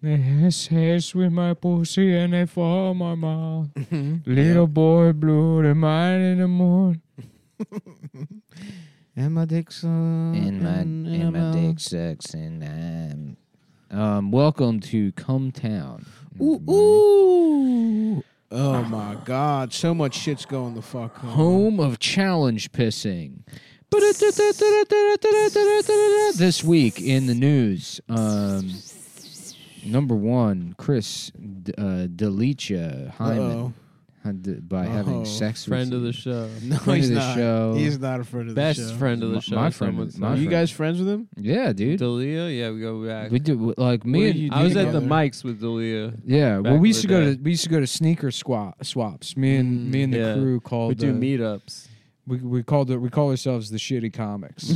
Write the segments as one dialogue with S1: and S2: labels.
S1: This is with my pussy and a for my mouth.
S2: Mm-hmm.
S1: Little boy blue, the man in the moon. and my dick sucks.
S2: And my
S3: Mm-hmm.
S1: in
S2: and my
S1: mouth.
S2: dick sucks and I'm um welcome to Come Town.
S1: Ooh, ooh. Oh my God! So much shit's going the fuck home.
S2: Home of challenge pissing. This week in the news, um, number one, Chris D- uh, Delicia
S1: Uh-oh.
S2: Hyman had to- by
S1: Uh-oh.
S2: having sex
S3: Friend
S2: with
S3: of the show.
S1: No,
S2: Friend
S1: he's
S2: of the
S1: not.
S2: show.
S1: He's not a friend of
S3: Best
S1: the show.
S3: friend of
S2: My-
S3: the show.
S2: my friend
S3: someone
S2: is-
S3: said.
S2: my
S1: Are you
S2: friend.
S1: guys friends with him?
S2: yeah, dude.
S3: Dalia? Yeah, we go back.
S2: We do like
S3: What
S2: me
S3: did
S2: and
S3: you do
S1: I was at the
S3: together?
S1: mic.
S3: mics with Dalia.
S2: yeah. Well,
S3: back
S2: we
S3: in
S2: used to
S3: the
S2: go to
S3: day.
S2: we used to go to sneaker squat swaps. Me and
S1: Mm.
S2: me and the
S3: Yeah.
S2: crew called
S3: We do
S2: the-
S3: meetups.
S2: we we called it we call ourselves the shitty comics.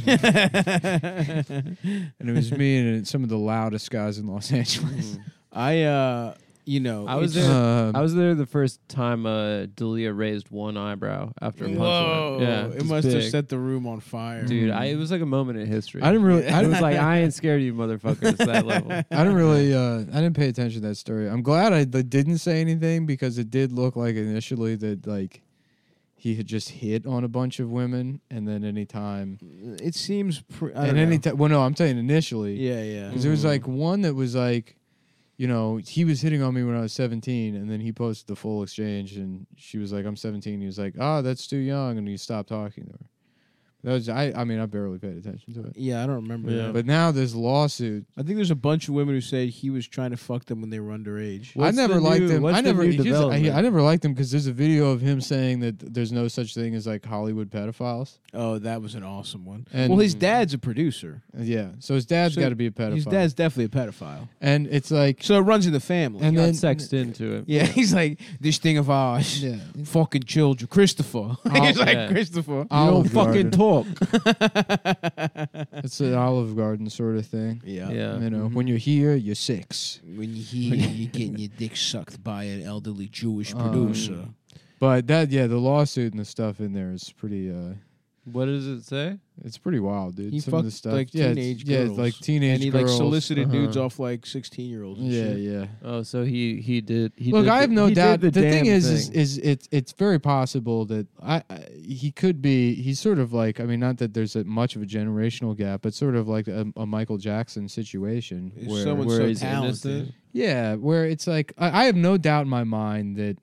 S2: and it was me and some of the loudest guys in Los Angeles.
S1: I, uh, you know,
S3: I was
S1: it's-
S3: there.
S2: Um,
S3: I was there the first time uh, Dalia raised one eyebrow after a punchline.
S1: Whoa!
S3: Yeah,
S1: it
S3: was
S1: must have
S3: big.
S1: set the room on fire.
S3: Dude, I, it was like a moment in history.
S2: I didn't really. I
S3: It
S2: didn't
S3: was like I ain't scared of you, motherfuckers. That level.
S2: I didn't really. Uh, I didn't pay attention to that story. I'm glad I d- didn't say anything because it did look like initially that like he had just hit on a bunch of women, and then anytime
S1: It seems. Pre- I
S2: and
S1: don't
S2: any
S1: know.
S2: time. Well, no, I'm saying initially.
S1: Yeah, yeah.
S2: Because there was like one that was like, you know, he was hitting on me when I was 17, and then he posted the full exchange, and she was like, "I'm 17." He was like, "Ah, that's too young," and he stopped talking to her. That was I. I mean, I barely paid attention to it.
S1: Yeah, I don't remember.
S3: Yeah.
S1: that.
S2: But now this lawsuit.
S1: I think there's a bunch of women who say he was trying to fuck them when they were underage.
S3: What's
S2: I never
S3: the
S2: liked
S3: new-
S2: him.
S3: what's
S2: I
S3: the
S2: never.
S3: new
S2: here's- I,
S3: development?
S2: I never liked him because there's a video of him saying that there's no such thing as like Hollywood pedophiles.
S1: Oh, that was an awesome one.
S2: And-
S1: well, his dad's a producer.
S2: Yeah. So his dad's
S1: So
S2: got to be a pedophile.
S1: His dad's definitely a pedophile.
S2: and it's like.
S1: So it runs in the family.
S2: And
S3: Got
S2: then-
S3: sexed into it.
S1: yeah, he's like this thing of ours.
S2: Yeah.
S1: Fucking children, Christopher. he's like
S3: yeah.
S1: Christopher.
S2: You don't
S1: Oh, you don't fucking
S2: fucking
S1: talk.
S2: It's an Olive Garden sort of thing.
S1: yeah. Mm-hmm.
S3: Yeah.
S2: You know, when you're here, you're six.
S1: When you hear you're getting your dick sucked by an elderly Jewish
S2: Um,
S1: producer.
S2: But that, yeah, the lawsuit and the stuff in there is pretty. uh
S3: What does it say?
S2: It's pretty wild, dude.
S1: He
S2: Some of
S1: fucked
S2: the stuff,
S1: like
S2: yeah, it's-
S1: teenage
S2: yeah, it's
S1: girls.
S2: like teenage
S1: and he
S2: girls.
S1: like solicited
S3: uh-huh.
S1: dudes off like sixteen year olds.
S2: Yeah, yeah.
S3: Oh, so he he did. He
S2: Look,
S3: did
S2: I
S3: the-
S2: have no
S3: he did
S2: doubt.
S3: The,
S2: The,
S3: damn
S2: thing is, is,
S3: thing.
S2: is it's it's very possible that I, I he could be. He's sort of like I mean, not that there's a, much of a generational gap, but sort of like a, a Michael Jackson situation
S1: If
S2: where
S1: someone's
S2: where
S1: so
S2: he's-
S1: talented.
S2: yeah, where it's like I, I have no doubt in my mind that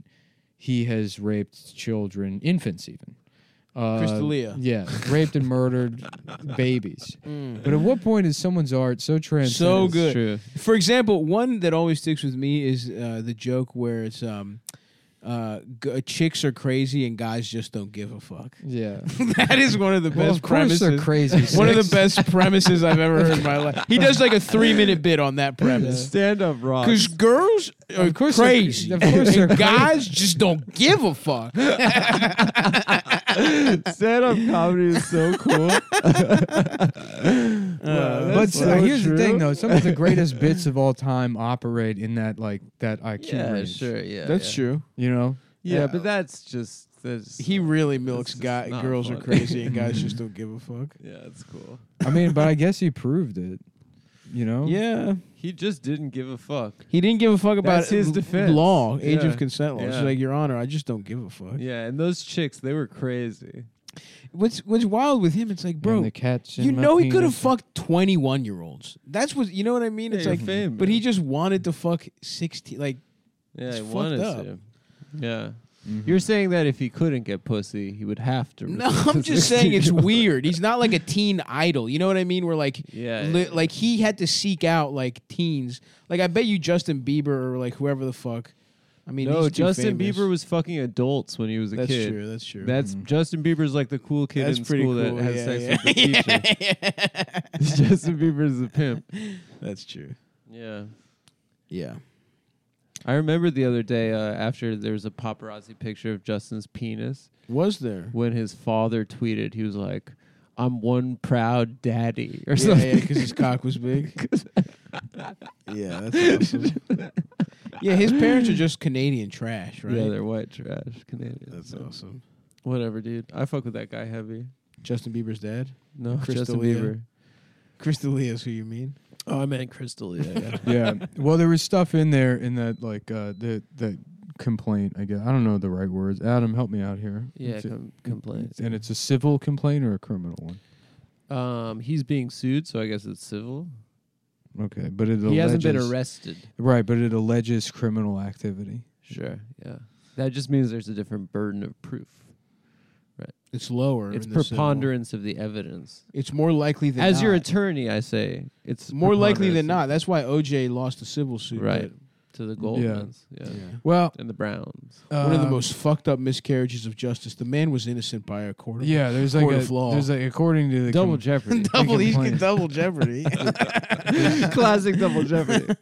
S2: he has raped children, infants even. Uh,
S1: Crystalia.
S2: yeah, raped and murdered babies. But at what point is someone's art so transcendent?
S1: Mm. So good.
S3: It's True.
S1: For example, one that always sticks with me is uh, the joke where it's um, uh, g- chicks are crazy and guys just don't give a fuck.
S2: Yeah,
S1: that is one of the
S2: well,
S1: best
S2: of course
S1: premises.
S2: they're crazy.
S1: One of
S2: Six.
S1: the best premises I've ever heard in my life. He does like a three minute bit on that premise.
S3: Stand up, Rock.
S1: Because girls are
S2: course they're-
S1: crazy.
S2: of course
S1: And
S2: they're crazy.
S1: guys just don't give a fuck.
S3: Stand up comedy is so cool.
S1: Uh,
S2: But
S3: That's
S2: uh,
S3: so
S2: here's the thing,
S3: true.
S2: though. Some of the greatest bits of all time operate in that like that IQ
S3: yeah,
S2: range.
S3: sure. Yeah,
S1: That's
S3: yeah.
S1: true.
S2: You know,
S3: Yeah, but that's just that's
S1: He really milks
S3: just
S1: guy,
S3: not
S1: girls are
S3: funny.
S1: crazy and guys just don't give a fuck.
S3: Yeah, it's cool.
S2: I mean, but I guess he proved it. You know.
S1: Yeah.
S3: He just didn't give a fuck.
S1: He didn't give a fuck about
S3: That's his
S1: l-
S3: defense.
S1: law, age
S3: Yeah.
S1: of consent law. It's
S3: Yeah.
S1: like, Your Honor, I just don't give a fuck.
S3: Yeah, and those chicks, they were crazy.
S1: What's what's wild with him? It's like,
S2: Bro,
S1: bro,
S2: the catch. in
S1: you
S2: my
S1: know he could have
S2: penis.
S1: fucked twenty one year olds. That's what you know what I mean.
S3: Yeah,
S1: It's
S3: you're
S1: like,
S3: famous.
S1: but he just wanted to fuck sixteen. Like,
S3: Yeah,
S1: It's
S3: he
S1: fucked
S3: wanted
S1: up.
S3: to. Yeah. You're saying that if he couldn't get pussy, he would have to.
S1: no,
S3: resort
S1: I'm
S3: to
S1: just saying it's
S3: 16-year-old.
S1: weird. He's not like a teen idol. You know what I mean? Where like,
S3: Yeah,
S1: li-
S3: yeah.
S1: like he had to seek out like teens. Like, I bet you Justin Bieber or like whoever the fuck. I mean,
S3: No,
S1: he's too
S3: Justin
S1: famous.
S3: Bieber was fucking adults when he was a
S1: That's
S3: kid.
S1: true. That's true.
S3: That's Justin Bieber's like the cool kid
S1: That's
S3: in
S1: pretty
S3: school
S1: cool,
S3: that has
S1: yeah,
S3: sex
S1: yeah.
S3: with the teacher. Justin Bieber's a pimp.
S1: that's true.
S3: Yeah.
S1: Yeah.
S3: I remember the other day uh, after there was a paparazzi picture of Justin's penis
S1: Was there?
S3: when his father tweeted, he was like, I'm one proud daddy or
S1: Yeah,
S3: something.
S1: yeah, because his cock was big. yeah, that's awesome. Yeah, his parents are just Canadian trash, right?
S3: Yeah, they're white trash Canadians.
S1: that's
S3: so
S1: awesome.
S3: Whatever, dude. I fuck with that guy heavy.
S1: Justin Bieber's dad?
S3: No, Justin
S1: Crystalia.
S3: Bieber.
S1: Crystalia's who you mean?
S3: Oh, I meant Crystal. Yeah, yeah.
S2: yeah. Well, there was stuff in there in that like uh, the the complaint. I guess I don't know the right words. Adam, help me out here.
S3: yeah
S2: It's a-
S3: com- complaints.
S2: and it's a civil complaint or a criminal one.
S3: Um, he's being sued, so I guess it's civil.
S2: Okay, but it
S3: he
S2: alleges,
S3: hasn't been arrested.
S2: Right, but it alleges criminal activity.
S3: Sure. Yeah. That just means there's a different burden of proof.
S1: It's lower.
S3: It's
S1: in the civil.
S3: preponderance of the evidence.
S1: It's more likely than
S3: As your
S1: not.
S3: attorney, I say it's
S1: more likely than not.
S3: preponderance
S1: That's why OJ lost the civil suit.
S3: Right. to the Goldmans, yeah.
S1: but- yeah.
S2: Well,
S3: and the Browns.
S1: One of the
S2: um,
S1: most fucked up miscarriages of justice. The man was innocent by a quarter.
S2: Yeah, there's like
S1: court
S2: a
S1: of law.
S2: there's like according to the
S3: double
S2: com-
S3: jeopardy,
S1: double. He's
S2: complaint-
S1: double jeopardy.
S3: classic double jeopardy.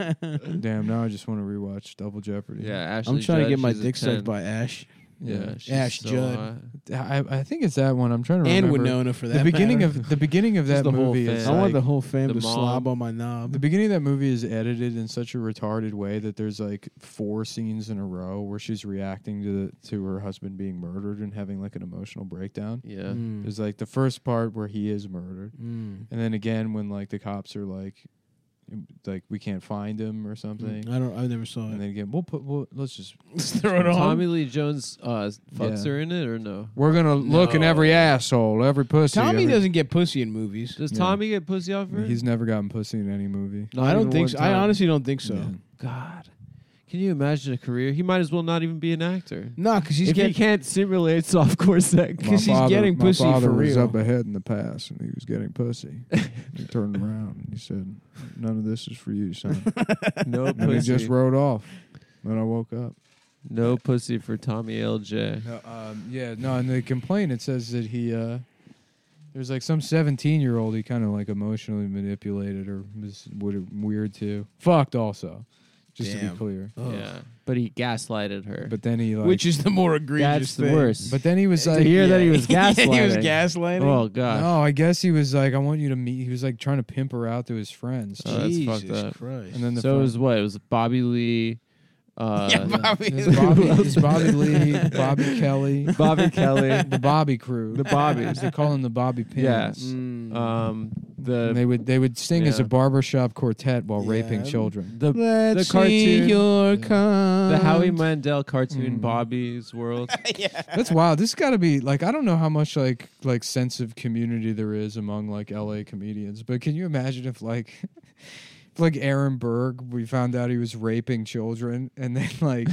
S2: Damn, now I just want to rewatch Double Jeopardy.
S3: Yeah, Ashley
S1: I'm trying to
S3: Judd,
S1: get my
S3: she's a
S1: dick
S3: 10.
S1: sucked by Ash
S3: yeah,
S2: Yeah.
S3: she's
S1: Ash
S3: so
S1: Judd.
S3: hot.
S2: I, I think it's that one. I'm trying to
S1: and
S2: remember.
S1: Winona for that.
S2: the beginning
S1: matter.
S2: of the beginning of that
S3: the whole
S2: movie is
S3: thing.
S1: I
S2: like,
S1: want the whole fam
S3: the
S1: to slob
S3: mom.
S1: on my knob.
S2: The beginning of that movie is edited in such a retarded way that there's like four scenes in a row where she's reacting to the, to her husband being murdered and having like an emotional breakdown.
S3: Yeah,
S1: Mm.
S2: There's like the first part where he is murdered,
S1: Mm.
S2: and then again when like the cops are like, like we can't find him or something,
S1: Mm-hmm. I don't. I never saw
S2: and
S1: it.
S2: then again we'll put we'll, let's just
S1: Throw it
S3: Tommy Lee Jones uh, fucks
S2: Yeah.
S3: her in it or no?
S2: we're gonna look in every asshole, every pussy.
S1: Tommy
S2: every-
S1: doesn't get pussy in movies.
S3: Does
S2: Yeah.
S3: Tommy get pussy off her?
S2: He's never gotten pussy in any movie.
S3: Not
S1: I don't
S3: even
S1: think.
S3: one
S1: So. I
S3: time.
S1: honestly don't think so.
S2: Yeah.
S3: God, can you imagine a career? He might as well not even be an actor.
S1: No, because he's
S3: if he
S1: getting.
S3: can't simulate softcore sex,
S2: My
S1: 'Cause he's
S2: father-
S1: getting
S2: my
S1: pussy
S2: father
S1: for
S2: was
S1: real.
S2: up ahead in the past, and he was getting pussy. he turned around and he said, "None of this is for you, son."
S3: no
S2: And he
S3: pussy.
S2: just rode off. Then I woke up.
S3: No pussy for Tommy LJ.
S2: No, um, yeah, no. In the complaint, it says that he uh, there's like some 17 year old he kind of like emotionally manipulated or was would- weird to fucked also, just to
S1: Damn.
S2: be clear.
S1: Ugh.
S3: Yeah, but he gaslighted her.
S2: But then he like,
S1: Which is the more egregious
S3: that's the
S1: thing.
S3: worst.
S2: but then he was
S3: to
S2: like,
S3: hear that he was
S1: Yeah,
S3: gaslighting.
S1: he was gaslighting.
S3: Oh god.
S2: no, I guess he was like, I want you to meet. He was like trying to pimp her out to his friends.
S3: Oh, that's
S1: Jesus
S3: fucked up.
S1: Christ.
S2: And then the
S3: so it
S2: fir-
S3: was what? It was Bobby Lee, uh,
S1: yeah, Bobby.
S2: It's Bobby, it's Bobby Lee, Bobby Kelly,
S3: Bobby Kelly,
S2: the Bobby crew, the
S3: Bobbies.
S2: They call them the Bobby Pins.
S3: Yeah.
S1: Mm.
S3: um,
S2: And they
S3: the
S2: would they would sing as a
S3: Yeah.
S2: barbershop quartet while raping
S1: Yeah.
S2: children.
S3: the
S1: Let's
S3: the cartoon-
S1: see your
S2: Yeah.
S1: cum.
S3: the Howie Mandel cartoon
S2: Mm.
S3: Bobby's World.
S2: That's wild. This got to be like I don't know how much like like sense of community there is among like L.A. comedians, but can you imagine if like if, like Aaron Berg, we found out he was raping children, and then like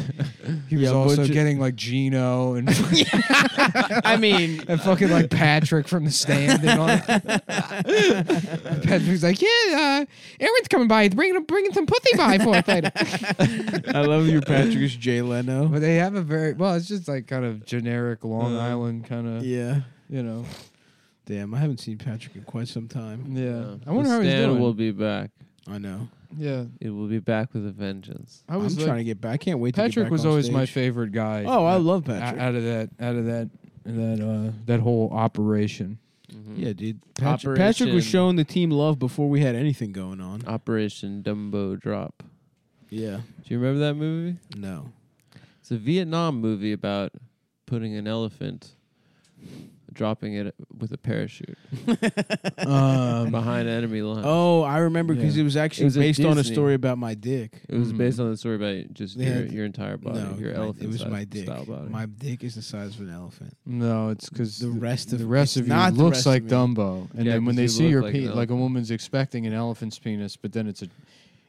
S2: he was
S3: Yeah,
S2: also
S3: Butch-
S2: getting like Gino and
S1: I mean,
S2: and fucking like Patrick from the stand and all that. Patrick's like, yeah, uh, Aaron's coming by. He's bringing bringing some pussy by for us later.
S1: I love your Patrick is Jay Leno.
S2: but they have a very well. It's just like kind of generic Long
S3: Uh,
S2: Island kind of
S1: Yeah.
S2: you know.
S1: Damn, I haven't seen Patrick in quite some time.
S2: Yeah,
S3: Yeah.
S2: I wonder
S3: The
S2: how he's
S3: Stand
S2: doing.
S3: will be back.
S1: I know.
S2: yeah,
S3: It will be back with a vengeance.
S2: I
S1: I
S2: was
S1: was am
S2: like,
S1: trying to get back. I can't wait. to get
S2: Patrick
S1: back
S2: was
S1: on
S2: always my
S1: stage.
S2: favorite guy.
S1: Oh, I
S2: uh,
S1: love
S2: o-
S1: Patrick.
S2: Out of that, out of that, that uh, that whole operation.
S3: Mm-hmm.
S1: yeah, dude. Patrick, Patrick was
S3: Operation-
S1: showing the team love before we had anything going on.
S3: Operation Dumbo Drop.
S1: Yeah.
S3: Do you remember that movie?
S1: No.
S3: It's a Vietnam movie about putting an elephant, dropping it with a parachute
S2: Um,
S3: behind enemy lines.
S1: Oh, I remember because
S2: Yeah.
S1: it was actually
S3: It was at
S1: based on a
S3: Disney.
S1: story about my dick.
S3: It was
S2: Mm.
S3: based on the story about just
S1: They
S3: your,
S1: had-
S3: your entire body,
S1: no,
S3: your
S1: my-
S3: elephant.
S1: It was
S3: size-
S1: my dick.
S3: Style body.
S1: My dick is the size of an elephant.
S2: No, it's because
S1: The rest of-
S2: the rest
S1: it's
S2: of you
S1: not the
S2: looks
S1: rest of
S2: like
S1: me.
S2: Dumbo, and
S3: Yeah,
S2: then when
S3: 'cause
S2: they
S3: you
S2: see
S3: look
S2: your
S3: like
S2: pe-
S3: an
S2: like a
S3: elephant.
S2: woman's expecting an elephant's penis, but then it's a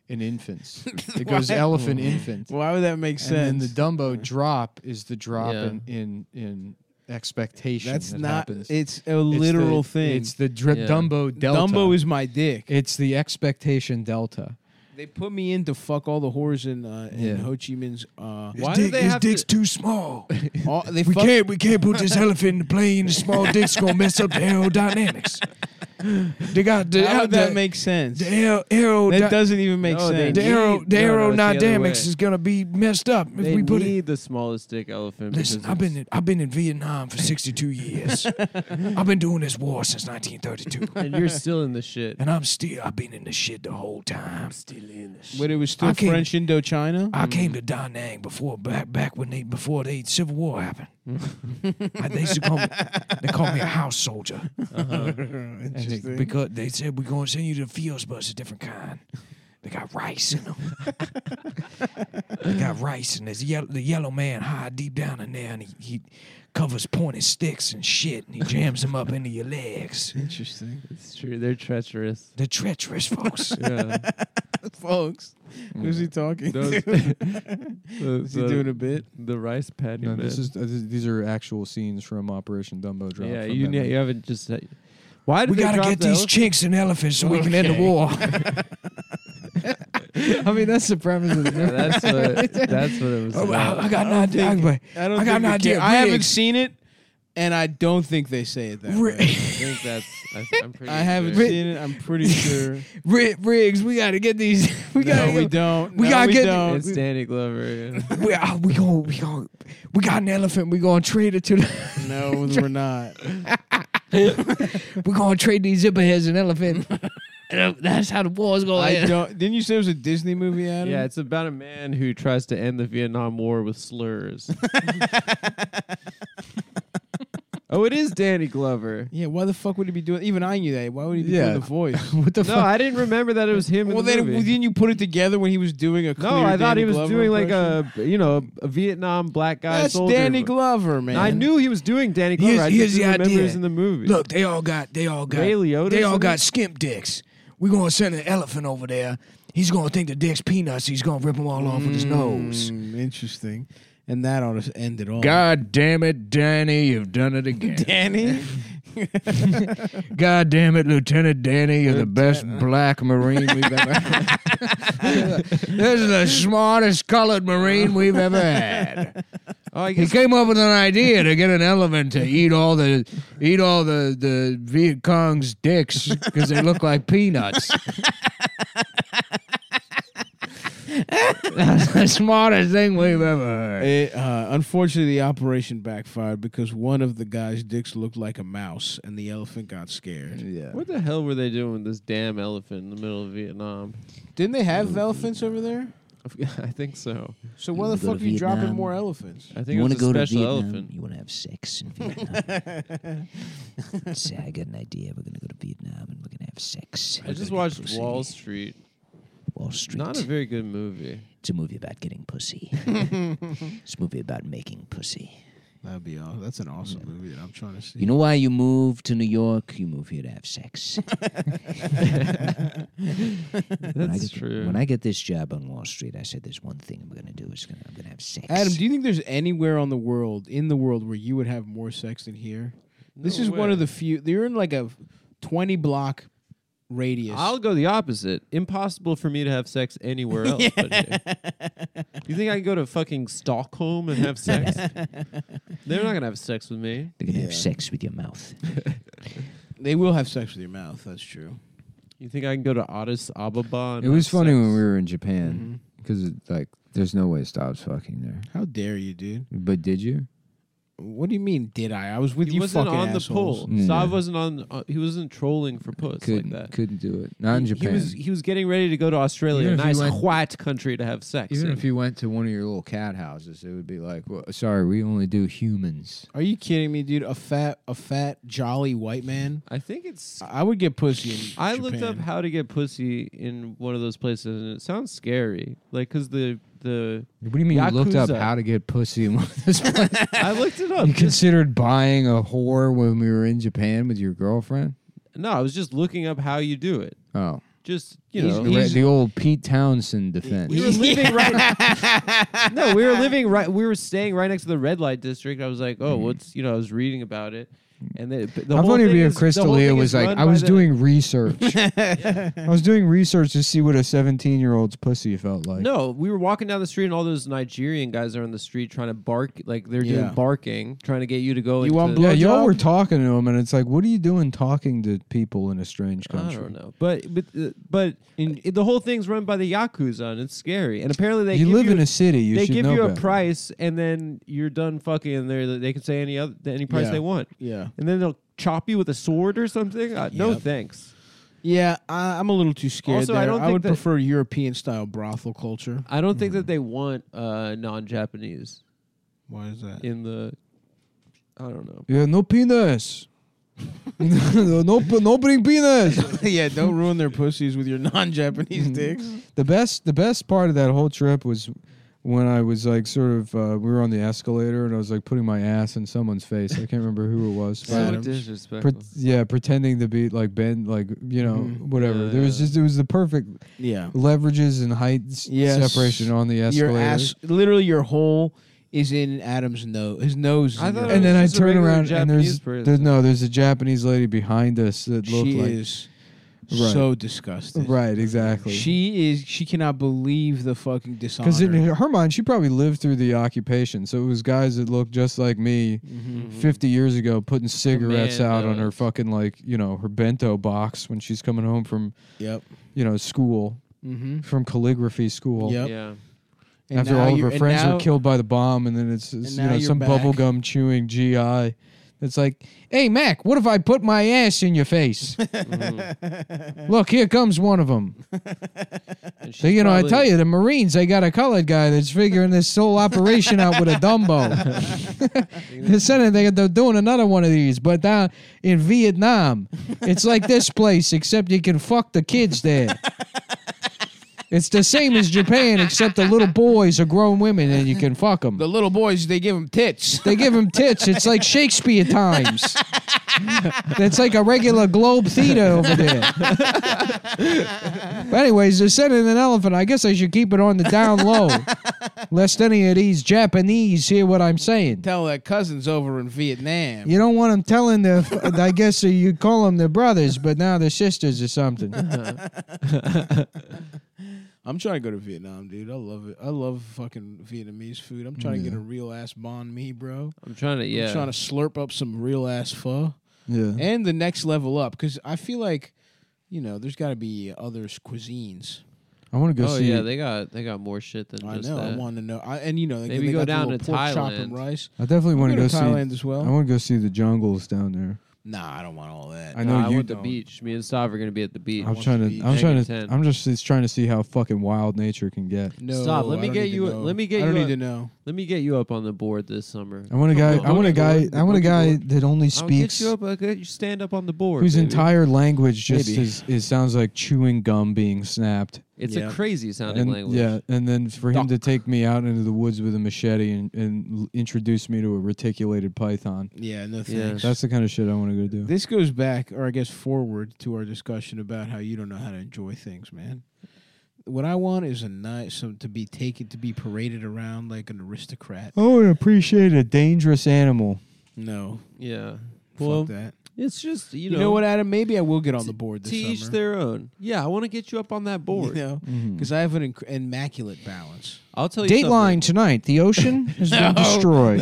S2: an infant's. It goes elephant
S3: Mm.
S2: infant,
S1: Why would that make
S2: and then the
S1: sense?
S2: Dumbo drop is the drop
S3: Yeah.
S2: in, in in expectation.
S1: That's
S2: that
S1: not.
S2: Happens.
S1: It's a
S2: It's the-
S1: literal thing.
S2: It's the dri-
S3: Yeah.
S2: Dumbo delta.
S1: Dumbo is my dick.
S2: It's the expectation delta.
S1: They put me in to fuck all the whores in, uh,
S2: Yeah.
S1: in Ho Chi Minh's. Uh,
S3: Why do they have to?
S2: too small.
S1: all, they
S2: We
S1: fuck,
S2: can't we can't put this elephant in the plane. The small dick's gonna mess up the aerodynamics. They got the,
S1: How
S2: how
S1: would that
S2: the,
S1: make sense?
S2: the aer- aero
S1: That
S2: dy-
S1: doesn't even make
S3: No, they
S1: sense.
S2: the aero
S3: Need-
S2: the
S3: no, no, it's the other
S2: aerodynamics
S3: way.
S2: is gonna be messed up if
S3: They
S2: we put
S3: need
S2: it.
S3: the smallest dick elephant.
S2: Listen,
S3: because
S2: I've been
S3: it's-
S2: in, I've been in Vietnam for 62 years. I've been doing this war since 1932,
S3: and you're still in the shit.
S2: and I'm still I've been in the shit the whole time.
S3: still in the
S1: But
S3: shit.
S1: it was still
S2: I can't-
S1: French Indochina.
S2: I came to Da Nang before back back when they before the Civil War happened. I- they used to call me they called me a house soldier And they- because they said we're going to send you to the fields, but it's a different kind. They got rice in them. they got rice, and there's yellow, the yellow man hide deep down in there, and he, he covers pointed sticks and shit, and he jams them up into your legs.
S1: Interesting,
S3: It's true. They're treacherous.
S2: The treacherous folks.
S3: Yeah.
S1: folks. Who's he talking?
S3: Those-
S1: to? Is he doing a bit?
S3: the rice patty.
S2: No, this
S3: man.
S2: is uh, this, these are actual scenes from Operation Dumbo Drop.
S3: yeah.
S2: from
S3: You,
S2: that
S3: you
S2: movie.
S3: haven't just. said- Why did
S2: We
S3: they
S2: gotta
S3: drop
S2: get
S3: the
S2: these
S3: elephant?
S2: chinks and elephants so we can end the war.
S1: I mean, that's the premise of
S3: Yeah, that's what. That's what it was.
S2: Oh,
S3: about.
S2: I, I got an idea.
S1: I don't
S2: I got
S1: think
S2: an
S1: they
S2: idea.
S1: care. I haven't
S2: Riggs.
S1: seen it, and I don't think they say it that
S2: Ri-
S1: way.
S3: I think that's. I, I'm pretty
S1: I haven't
S3: sure.
S1: seen it. I'm pretty sure.
S2: Rig- Riggs, we gotta get these. We gotta.
S1: no, we
S2: get,
S1: don't.
S2: we
S1: No,
S2: gotta
S1: Oh, we
S2: get-
S1: Don't.
S3: It's Danny Glover. yeah.
S2: we, uh, we gonna. We gonna. We got an elephant. We gonna trade it to. The,
S1: No, we're not.
S2: we gonna trade these zipper heads and elephant. uh, That's how the war's gonna
S1: I
S2: end.
S1: don't. Didn't you say it was a Disney movie, Adam?
S3: Yeah, it's about a man who tries to end the Vietnam War with slurs. oh, it is Danny Glover.
S1: Yeah, why the fuck would he be doing? Even I knew that. Why would he be
S2: Yeah.
S1: doing the voice?
S2: what the
S3: No, I didn't remember that it was him. in
S1: well,
S3: the
S1: then
S3: movie.
S1: didn't you put it together when he was doing a? Clear
S3: no, I thought
S1: Danny
S3: he was
S1: Glover
S3: doing like
S1: impression?
S3: a you know a Vietnam black guy.
S1: That's
S3: soldier.
S1: Danny Glover, man.
S3: I knew he was doing Danny Glover.
S2: Here's-
S3: I
S2: here's the
S3: just didn't remember he was
S2: idea.
S3: in the movie.
S2: Look, they all got. They all got.
S3: Ray Liotta's
S2: they all
S3: in
S2: got
S3: it?
S2: skimp dicks. We gonna send an elephant over there. He's gonna think the dick's peanuts. He's gonna rip them all off with his nose.
S1: Mm, interesting, and that ought to end it all.
S2: God damn it, Danny! You've done it again.
S1: Danny.
S2: God damn it, Lieutenant Danny, you're the best black Marine we've ever had. this is the smartest colored Marine we've ever had.
S3: oh, I
S2: He
S3: guess
S2: came up with an idea to get an elephant to eat all the eat all the, the Viet Cong's dicks because they look like peanuts. That's the smartest thing we've ever heard.
S1: It, uh, unfortunately, the operation backfired because one of the guy's dicks looked like a mouse, and the elephant got scared.
S2: Yeah.
S3: what the hell were they doing with this damn elephant in the middle of Vietnam?
S1: Didn't they have elephants over there?
S3: I think so.
S1: So why
S4: You
S1: the
S4: wanna go
S1: fuck are
S4: to
S1: you dropping
S4: Vietnam?
S1: more elephants?
S3: I think
S4: You
S3: it was
S4: want
S3: a
S4: to go to
S3: special
S4: Vietnam?
S3: elephant.
S4: You want to have sex in Vietnam? Say, I got an idea. We're gonna go to Vietnam and we're gonna have sex.
S3: I
S4: We're
S3: just
S4: gonna get
S3: watched
S4: pussy.
S3: Wall Street.
S4: Wall Street.
S3: Not a very good movie.
S4: it's a movie about getting pussy. it's a movie about making pussy.
S1: That'd be awesome. That's an awesome movie that I'm trying to see.
S4: You know why you move to New York? You move here to have sex. when I
S3: That's
S4: get,
S3: true.
S4: When I get this job on Wall Street, I said there's one thing I'm gonna do. Is gonna I'm gonna have sex.
S1: Adam, do you think there's anywhere on the world in the world where you would have more sex than here? this
S3: No
S1: is one
S3: way.
S1: of the few. You're in like a 20 block radius.
S3: I'll go the opposite. Impossible for me to have sex anywhere else. But here. You think I can go to fucking Stockholm and have sex? They're not gonna have sex with me.
S4: They're gonna
S1: Yeah.
S4: have sex with your mouth.
S1: they will have sex with your mouth. That's true.
S3: You think I can go to Addis Ababa? And
S5: It was
S3: have
S5: funny when
S3: sex?
S5: we were in Japan because like there's no way it stops fucking there.
S1: Mm-hmm. How dare you, dude?
S5: But did you?
S1: What do you mean? Did I? I was with
S3: He
S1: you.
S3: wasn't
S1: fucking
S3: on
S1: assholes.
S3: the pull.
S5: Yeah.
S3: Sav wasn't on. Uh, he wasn't trolling for puss
S5: Couldn't
S3: like that.
S5: couldn't do it. Not in
S3: He-
S5: Japan.
S3: He was he was getting ready to go to Australia,
S5: Even if you
S3: nice
S5: went-
S3: white country to have sex.
S5: Even
S3: in.
S5: if you went to one of your little cat houses, it would be like, well, sorry, we only do humans.
S1: Are you kidding me, dude? A fat, a fat, jolly white man.
S3: I think
S5: Uh,
S3: it's.
S1: I would get pussy. In
S3: I looked up
S1: Japan.
S3: how to get pussy in one of those places, and it sounds scary. Like, cause the the
S5: What do you mean you looked up
S3: Yakuza.
S5: how to get pussy in one of those places?
S3: I looked it up.
S5: you
S3: just-
S5: considered buying a whore when we were in Japan with your girlfriend?
S3: no, I was just looking up how you do it.
S5: Oh,
S3: Just you
S5: The
S3: know,
S5: re- the old Pete Townsend defense.
S3: we were living right. no, we were living right. We were staying right next to the red light district. I was like, oh, what's you know? I was reading about it, And the, the
S2: Mm-hmm. How
S3: whole
S2: funny would it be
S3: thing is-
S2: if
S3: the whole
S2: Crystalia
S3: thing
S2: was
S3: is
S2: like,
S3: run
S2: I
S3: by
S2: was
S3: the-
S2: doing research. I was doing research to see what a 17 year old's pussy felt like.
S3: No, we were walking down the street and all those Nigerian guys are on the street trying to bark, like they're
S1: Yeah.
S3: doing barking, trying to get you to go.
S1: You
S3: into,
S1: want
S2: Yeah,
S1: blood?
S2: y'all
S1: Blowjob?
S2: were talking to him, and it's like, what are you doing talking to people in a strange
S3: I
S2: country?
S3: don't know, but but uh, but it- the whole thing's run by the yakuza, and it's scary. And apparently they
S2: you
S3: give
S2: live
S3: you,
S2: in a city. You
S3: they
S2: should
S3: give
S2: know
S3: you a
S2: better.
S3: price, and then you're done fucking. And they they can say any other any price
S1: Yeah.
S3: they want,
S1: Yeah.
S3: and then they'll chop you with a sword or something. Uh, No
S1: Yep.
S3: thanks.
S1: Yeah, I, I'm a little too scared.
S3: Also, I
S1: there. I,
S3: don't think
S1: would
S3: that-
S1: prefer European style brothel culture.
S3: I don't
S2: Mm.
S3: think that they want uh, non-Japanese
S1: Why is that?
S3: in the. I don't know.
S2: Yeah, no penis. no, no, no, bring penis.
S1: yeah, don't ruin their pussies with your non-Japanese
S2: Mm-hmm.
S1: dicks.
S2: The best, the best part of that whole trip was when I was like, sort of, uh, we were on the escalator, and I was like putting my ass in someone's face. I can't remember who it was. but-
S3: So
S1: Adams.
S3: disrespectful.
S2: Pre- yeah, pretending to be like Ben, like you know,
S1: Mhm.
S2: whatever. there was
S3: Mm-hmm. Yeah.
S2: just it was the perfect
S1: Yeah,
S2: leverages and heights
S1: Yes.
S2: separation on the escalator.
S1: your ass, literally your hole is in Adam's nose. His nose. is
S3: I
S1: in your
S3: thought it
S2: and
S1: hole.
S2: then I
S3: just a
S2: turn
S3: regular
S2: around and
S3: Japanese
S2: there's, there's
S3: person.
S2: no, there's a Japanese lady behind us that looked
S1: she
S2: like
S1: is
S2: Right.
S1: so disgusted.
S2: right, exactly.
S1: She is. She cannot believe the fucking dishonor.
S2: because in her mind, she probably lived through the occupation, so it was guys that looked just like me. 50 years ago putting cigarettes out on her
S3: Commandos.
S2: fucking like you know her bento box when she's coming home from
S1: Yep.
S2: you know school
S1: Mm-hmm.
S2: from calligraphy school
S1: Yep.
S3: Yeah.
S2: after all of her friends were killed by the bomb, and then it's, it's, you
S1: and now
S2: know
S1: you're
S2: some
S1: back.
S2: bubblegum chewing GI. It's like, hey Mac, what if I put my ass in your face? Look, here comes one of them.
S3: And
S2: So,
S3: she's
S2: you know, I
S3: probably-
S2: tell you, the Marines, they got a colored guy that's figuring this whole operation out with a Dumbo. the Senate, they, they're doing another one of these, but down in Vietnam, it's like this place, except you can fuck the kids there. It's the same as Japan, except the little boys are grown women and you can fuck them.
S1: The little boys, they give them tits.
S2: They give him tits. It's like Shakespeare times. That's like a regular Globe Theater over there. but anyways, they're sending an elephant. I guess I should keep it on the down low, lest any of these Japanese hear what I'm saying.
S1: Tell their cousins over in Vietnam.
S2: You don't want them telling their. uh, I guess you call them their brothers, but now they're sisters or something.
S1: I'm trying to go to Vietnam, dude. I love it. I love fucking Vietnamese food. I'm trying to get a real ass banh mi, bro.
S3: I'm trying to. Yeah.
S1: I'm trying to slurp up some real ass pho.
S3: Mm-hmm.
S2: Yeah.
S1: And the next level up, because I feel like, you know, there's got to be other cuisines.
S2: I want to go
S3: oh
S2: see.
S3: yeah, they got they got more shit than
S1: I
S3: just
S1: know.
S3: that.
S1: I want to know. I, and you know,
S3: Maybe
S1: they got
S3: go
S1: the
S3: down
S1: little
S3: to
S1: pork chop and
S3: Thailand.
S1: rice.
S2: I definitely want to go,
S1: go to
S2: see.
S1: Thailand as well.
S2: I want to go see the jungles down there.
S1: Nah, I don't want all that.
S2: I
S3: No,
S2: know
S3: I
S2: you
S3: want the
S2: don't.
S3: beach. Me and Stav are gonna be at the beach.
S2: I'm
S1: to
S2: trying
S1: be
S2: to. I'm trying
S3: negative
S2: to.
S3: 10.
S2: I'm just it's trying to see how fucking wild nature can get.
S1: No,
S3: Stop, let
S1: I
S3: me
S1: don't
S3: get
S1: need to
S3: you a-
S1: know.
S3: let me get
S1: I don't
S3: you
S1: need
S3: a-
S1: to know.
S3: Let me get you up on the board this summer.
S2: I want a guy.
S3: on,
S2: I want a
S3: look
S2: guy.
S3: at the
S2: I want a
S3: boogie
S2: guy
S3: board.
S2: that only
S3: I'll get
S2: speaks,
S3: you up. I'll get you stand up on the board.
S2: whose
S3: baby.
S2: entire language just
S1: Maybe.
S2: is, is sounds like chewing gum being snapped.
S3: It's
S1: Yeah.
S3: a crazy sounding
S2: And
S3: language.
S2: yeah, and then for him to take me out into the woods with a machete and, and l- introduce me to a reticulated python.
S1: Yeah, no thanks.
S2: That's the kind of shit I want to go do.
S1: This goes back, or I guess forward, to our discussion about how you don't know how to enjoy things, man. What I want is a nice, some to be taken, to be paraded around like an aristocrat.
S2: I would appreciate a dangerous animal.
S1: No,
S3: Yeah. Well,
S1: fuck that.
S3: it's just you
S1: You
S3: know,
S1: know, what, Adam? Maybe I will get on the board
S3: to
S1: this
S3: each
S1: summer.
S3: their own. Yeah, I want to get you up on that board.
S1: you know,
S2: Mm-hmm.
S1: because I have an inc- immaculate balance.
S3: I'll tell you.
S2: Dateline tonight: The ocean has been destroyed.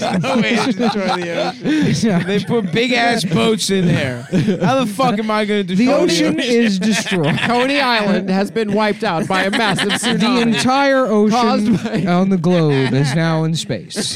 S1: no way to destroy the ocean. They put big ass boats in there. How the fuck am I going to
S2: The
S1: destroy
S2: ocean is destroyed.
S3: Coney Island has been wiped out by a massive
S2: The entire ocean on the globe is now in space.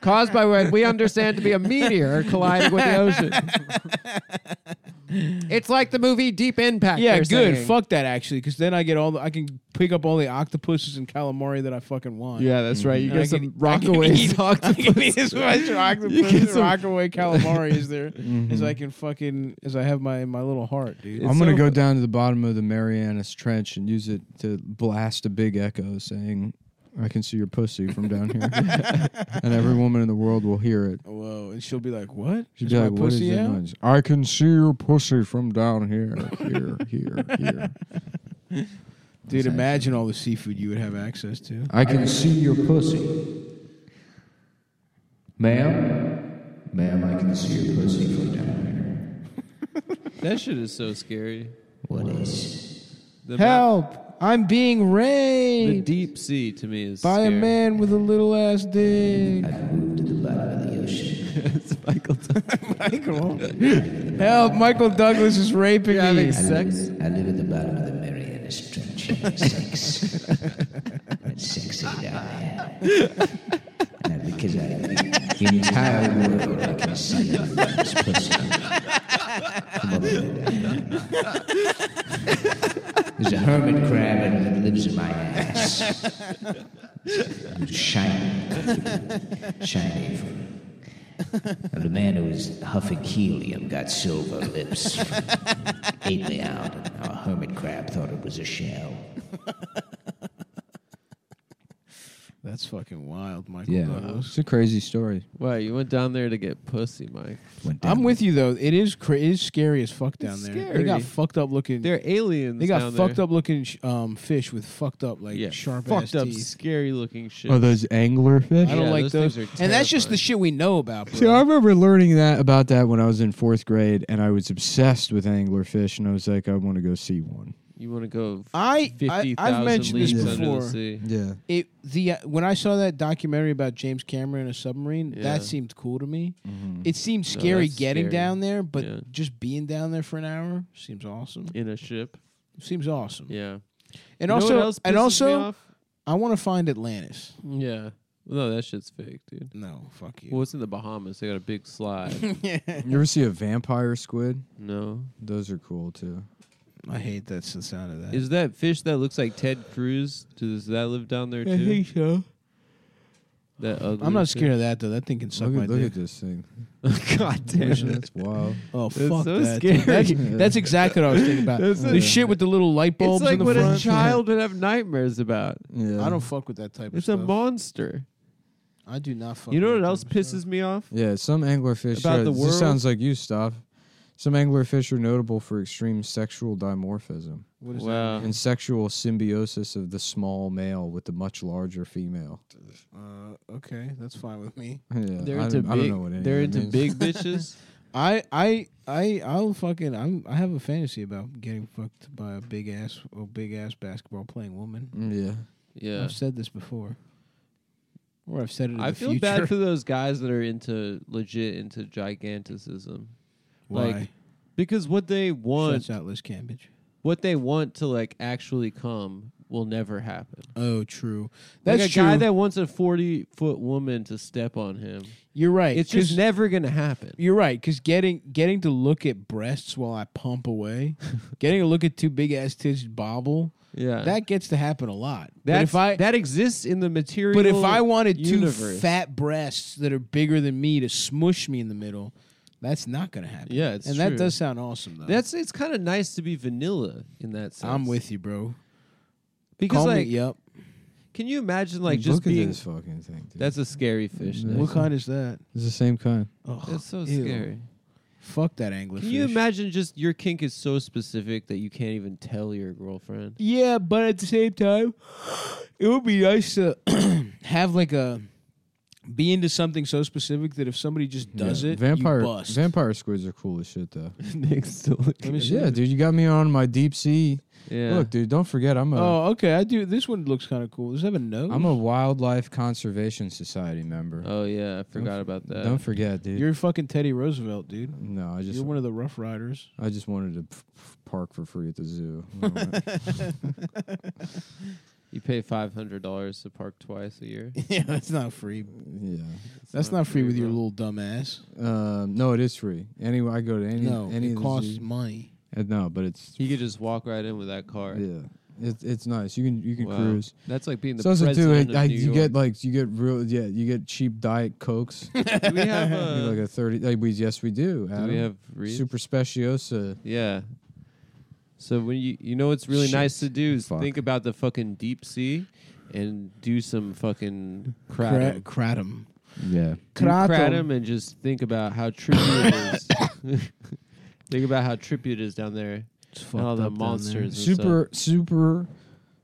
S3: caused by what we understand to be a meteor colliding with the ocean. It's like the movie Deep Impact.
S1: Yeah, good. Fuck that actually, because then I get all the I can pick up all the octopuses and calamari that I fucking want.
S3: Yeah, that's right. You
S1: I
S3: get
S1: can-
S3: some
S1: I can
S3: Rockaway's
S1: eat- I
S3: octopus.
S1: can eat as much octopus and Rockaway calamari is there
S2: Mm-hmm.
S1: as I can fucking as I have my my little heart, dude.
S2: I'm
S3: It's
S2: gonna
S3: so
S2: go
S3: fu-
S2: down to the bottom of the Marianas Trench and use it to blast a big echo saying, "I can see your pussy from down here," and every woman in the world will hear it.
S1: Whoa, and she'll be like, "What?
S2: She'd
S1: Is
S2: be
S1: my
S2: like, "What is
S1: pussy
S2: that
S1: out?"
S2: noise?" I can see your pussy from down here, here, here, here.
S1: Dude, imagine all the seafood you would have access to.
S2: I can see your pussy, ma'am, ma'am.
S4: can see your pussy from down there.
S3: That shit is so scary.
S4: What is?
S3: The ma-
S1: Help! I'm being
S3: the
S1: raped
S3: deep sea to me is
S1: by a
S3: scary.
S1: man with a little ass dick.
S4: I've moved to the bottom of the ocean.
S1: Michael. Help! Michael Douglas is raping me.
S4: I live in the- I live at the bottom of the Mariana Trench. Sex. I'm sexy down there. And because I, the entire world I can see is pussy. Come over there, down there. There's a hermit crab and that lives in my ass. It's Shiny, shiny. And the man who was huffing helium got silver lips ate me out. and Our hermit crab thought it was a shell.
S1: That's fucking wild, Michael
S5: Yeah,
S1: Douglas.
S5: it's a crazy story.
S3: Wow, you went down there to get pussy, Mike.
S4: Went down
S1: I'm with you though. It is cra- it is scary as fuck down
S3: It's
S1: there. They got
S3: scary.
S1: fucked up looking.
S3: They're aliens.
S1: they got fucked up looking sh- um, fish with fucked up like
S3: yeah,
S1: sharp ass
S3: fucked up,
S1: teeth.
S3: scary looking shit.
S2: Oh, those angler fish.
S1: I don't
S3: Yeah,
S1: like
S3: those
S1: those.
S3: things are
S1: and that's just the
S3: terrifying.
S1: shit we know about.
S2: See, I
S1: Bro.
S2: remember learning that about that when I was in fourth grade, and I was obsessed with anglerfish, and I was like, I want to go see one.
S3: you want to go
S1: I, I
S3: fifty
S1: I've
S3: thousand
S1: mentioned this
S3: leagues under
S1: before.
S3: the sea?
S2: Yeah,
S1: It the uh, when I saw that documentary about James Cameron and a submarine,
S3: Yeah.
S1: that seemed cool to me.
S2: Mm-hmm.
S1: It seemed scary
S3: that's
S1: getting
S3: scary.
S1: down there, but
S3: Yeah.
S1: just being down there for an hour seems awesome.
S3: In a ship.
S1: Seems awesome.
S3: Yeah.
S1: And
S3: You know
S1: also,
S3: what else pisses
S1: and
S3: me
S1: also,
S3: off?
S1: I want to find Atlantis.
S3: yeah. No, that shit's fake, dude.
S1: No, fuck you.
S3: Well, it's in the Bahamas. They got a big slide.
S2: you ever see a vampire squid?
S3: no,
S2: Those are cool too.
S1: I hate that's the sound of that.
S3: is that fish that looks like Ted Cruz? Does that live down there too?
S2: so.
S3: that ugly
S1: I'm not
S3: fish?
S1: scared of that though. That thing can suck
S2: Look,
S1: my
S2: at, look
S1: dick.
S2: at this thing.
S3: God damn it!
S2: That's wild.
S1: Oh fuck
S3: so
S1: that! dude.
S3: scary.
S1: That's, that's exactly what I was thinking about.
S3: That's
S1: the
S3: it.
S1: shit with the little light bulbs
S3: It's like
S1: in the
S3: what
S1: front.
S3: a child would have nightmares about.
S2: Yeah.
S1: I don't fuck with that type
S3: It's a
S1: of stuff.
S3: monster.
S1: I do not fuck.
S3: You know
S1: with
S3: what
S1: that
S3: else
S1: type of stuff.
S3: pisses me off?
S2: Yeah, some anglerfish.
S3: About
S2: are-
S3: the
S2: this
S3: world?
S2: sounds like you, stuff. Some anglerfish are notable for extreme sexual dimorphism
S1: What is that?
S3: Wow.
S2: and sexual symbiosis of the small male with the much larger female.
S1: Uh, okay, that's fine with me.
S2: Yeah,
S3: They're
S2: I, don't,
S3: into big.
S2: I don't know what any
S3: they're
S2: of that
S3: into
S2: means.
S3: big bitches.
S1: I I I I'll fucking I'm I have a fantasy about getting fucked by a big ass or big ass basketball playing woman.
S2: Yeah.
S3: Yeah.
S1: I've said this before, or I've said it. In
S3: I
S1: the
S3: feel
S1: future.
S3: bad for those guys that are into legit into giganticism.
S1: Why?
S3: Like because what they want
S1: Shouts out Liz Cambage.
S3: what they want to like actually come will never happen.
S1: Oh, true. That's
S3: like a
S1: true.
S3: guy that wants a forty foot woman to step on him.
S1: You're right.
S3: It's just
S1: 'cause-
S3: never gonna happen.
S1: You're right, because getting getting to look at breasts while I pump away, getting a look at two big ass tits bobble,
S3: Yeah.
S1: that gets to happen a lot. but
S3: That's,
S1: if I
S3: that exists in the material.
S1: but if I wanted two
S3: universe.
S1: fat breasts that are bigger than me to smush me in the middle, that's not gonna happen.
S3: Yeah, it's
S1: and
S3: true.
S1: that does sound awesome though.
S3: that's it's kind of nice to be vanilla in that sense.
S1: I'm with you, bro.
S3: because
S1: Call
S3: like
S1: me up.
S3: can you imagine like
S2: Look
S3: just
S2: at
S3: being
S2: this fucking thing. Dude.
S3: that's a scary fish.
S2: Yeah.
S3: Nick.
S1: What kind is that?
S2: it's the same kind.
S1: Oh,
S3: That's so
S1: ew.
S3: scary.
S1: Fuck that anglerfish.
S3: Can you imagine just your kink is so specific that you can't even tell your girlfriend?
S1: Yeah, but at the same time, it would be nice to have like a be into something so specific that if somebody just does
S2: Yeah.
S1: it,
S2: Vampire
S1: you bust.
S2: vampire squids are cool as shit though.
S3: Nick's still
S1: Let
S3: looking.
S1: me see.
S2: yeah, dude, you got me on my deep sea.
S3: Yeah.
S2: Look, dude, don't forget I'm a
S1: Oh, okay. I do. This one looks kind of cool. Does it have a nose?
S2: am a wildlife conservation society member.
S3: oh yeah, I forgot about that.
S2: don't forget, dude.
S1: You're fucking Teddy Roosevelt, dude.
S2: no, I just
S1: You're one of the Rough Riders.
S2: I just wanted to p- p- park for free at the zoo. I don't know.
S3: you pay five hundred dollars to park twice a year.
S1: yeah, that's not free.
S2: yeah.
S1: That's not free with your little dumb ass.
S2: Um, no, it is free. Anyway, I go to any
S1: No,
S2: any
S1: it
S2: of the
S1: costs
S2: zoo-
S1: money.
S2: Uh, no, but it's
S3: He could just walk right in with that car.
S2: yeah. It's it's nice. You can you can
S3: Wow.
S2: cruise.
S3: That's like being the
S2: It's also too, it,
S3: president of
S2: I,
S3: New
S2: you
S3: York.
S2: get like you get real yeah you get cheap diet cokes. You
S3: do we have
S2: get,
S3: uh,
S2: like a thirty. Like we yes we do.
S3: do
S2: Adam.
S3: we have wreaths?
S2: super speciosa.
S3: Yeah. So when you you know what's really nice to do is
S2: Fuck.
S3: think about the fucking deep sea and do some fucking
S1: Cra-
S3: kratom.
S1: Kratom.
S2: Yeah.
S3: Do kratom and just think about how trippy it is. think about how trippy it is down there.
S1: It's
S3: and all
S1: fucked
S3: the
S1: up down there.
S3: monsters.
S2: Super super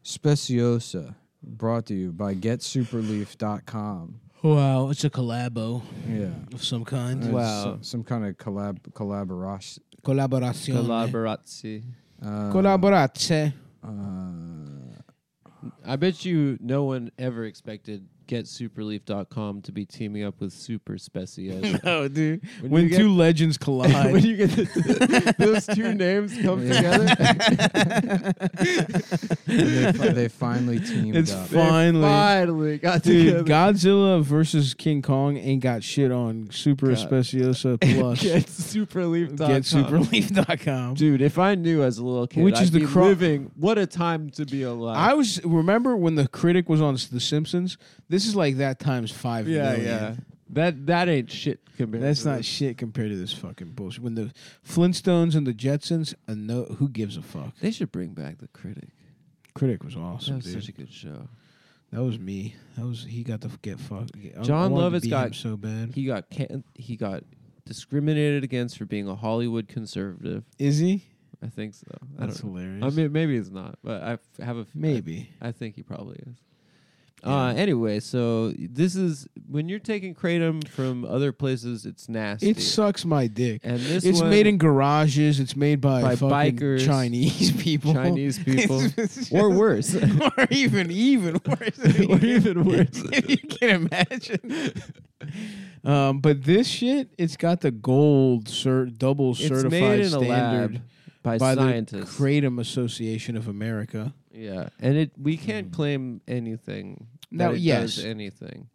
S2: speciosa brought to you by getsuperleaf.com.
S1: Wow, it's a collabo
S2: Yeah.
S1: of some kind.
S2: It's
S3: Wow.
S2: so- some kind of collab collaboration.
S1: Collaborazione.
S3: Collaborazzi.
S2: Uh,
S1: Collaborazione.
S2: uh,
S3: I bet you no one ever expected GetSuperleaf.com to be teaming up with Super Specie.
S1: Oh, dude.
S3: When
S1: When,
S3: you get-
S1: two legends
S3: when
S1: collide.
S3: you get the- those two names come together,
S2: they, fi- they finally teamed
S1: it's
S2: up.
S1: finally.
S3: finally got together.
S1: Dude, Godzilla versus King Kong ain't got shit on Super
S3: God.
S1: Especiosa Plus.
S3: Get superleaf.com.
S1: GetSuperLeaf.com.
S3: Dude, if I knew as a little kid,
S1: Which
S3: I'd
S1: is the
S3: be
S1: cro-
S3: living. What a time to be alive!
S1: I was remember when the critic was on The Simpsons. This is like that times five
S3: yeah,
S1: million.
S3: yeah. That that ain't shit compared.
S1: That's
S3: to
S1: not
S3: this.
S1: shit compared to this fucking bullshit. When the Flintstones and the Jetsons, uh, no, who gives a fuck?
S3: They should bring back the critic.
S1: Critic was
S3: That
S1: awesome,
S3: was
S1: dude.
S3: such a good show.
S1: that was me. That was he got to f- get fucked. I- I
S3: John
S1: wanted to be
S3: Lovitz
S1: him
S3: got-
S1: so bad.
S3: He got can- he got discriminated against for being a Hollywood conservative.
S1: is he?
S3: I think so. I
S1: That's
S3: don't know.
S1: hilarious.
S3: I mean, maybe it's not, but I f- have a f- I-
S1: maybe.
S3: I think he probably is. Uh, anyway, so this is when you're taking kratom from other places, it's nasty.
S1: It sucks my dick.
S3: and this
S1: it's
S3: one-
S1: made in garages. It's made by,
S3: By
S1: fucking
S3: bikers,
S1: Chinese people.
S3: Chinese people,
S1: It's
S3: or worse,
S1: just- or even even worse.
S3: or even worse.
S1: you can imagine. Um, but this shit, it's got the gold cert, double
S3: It's
S1: certified
S3: made in a
S1: standard
S3: lab by,
S1: by
S3: scientists.
S1: the Kratom Association of America.
S3: yeah, and it we can't claim anything.
S1: Now,
S3: that it
S1: Hmm. yes.
S3: does anything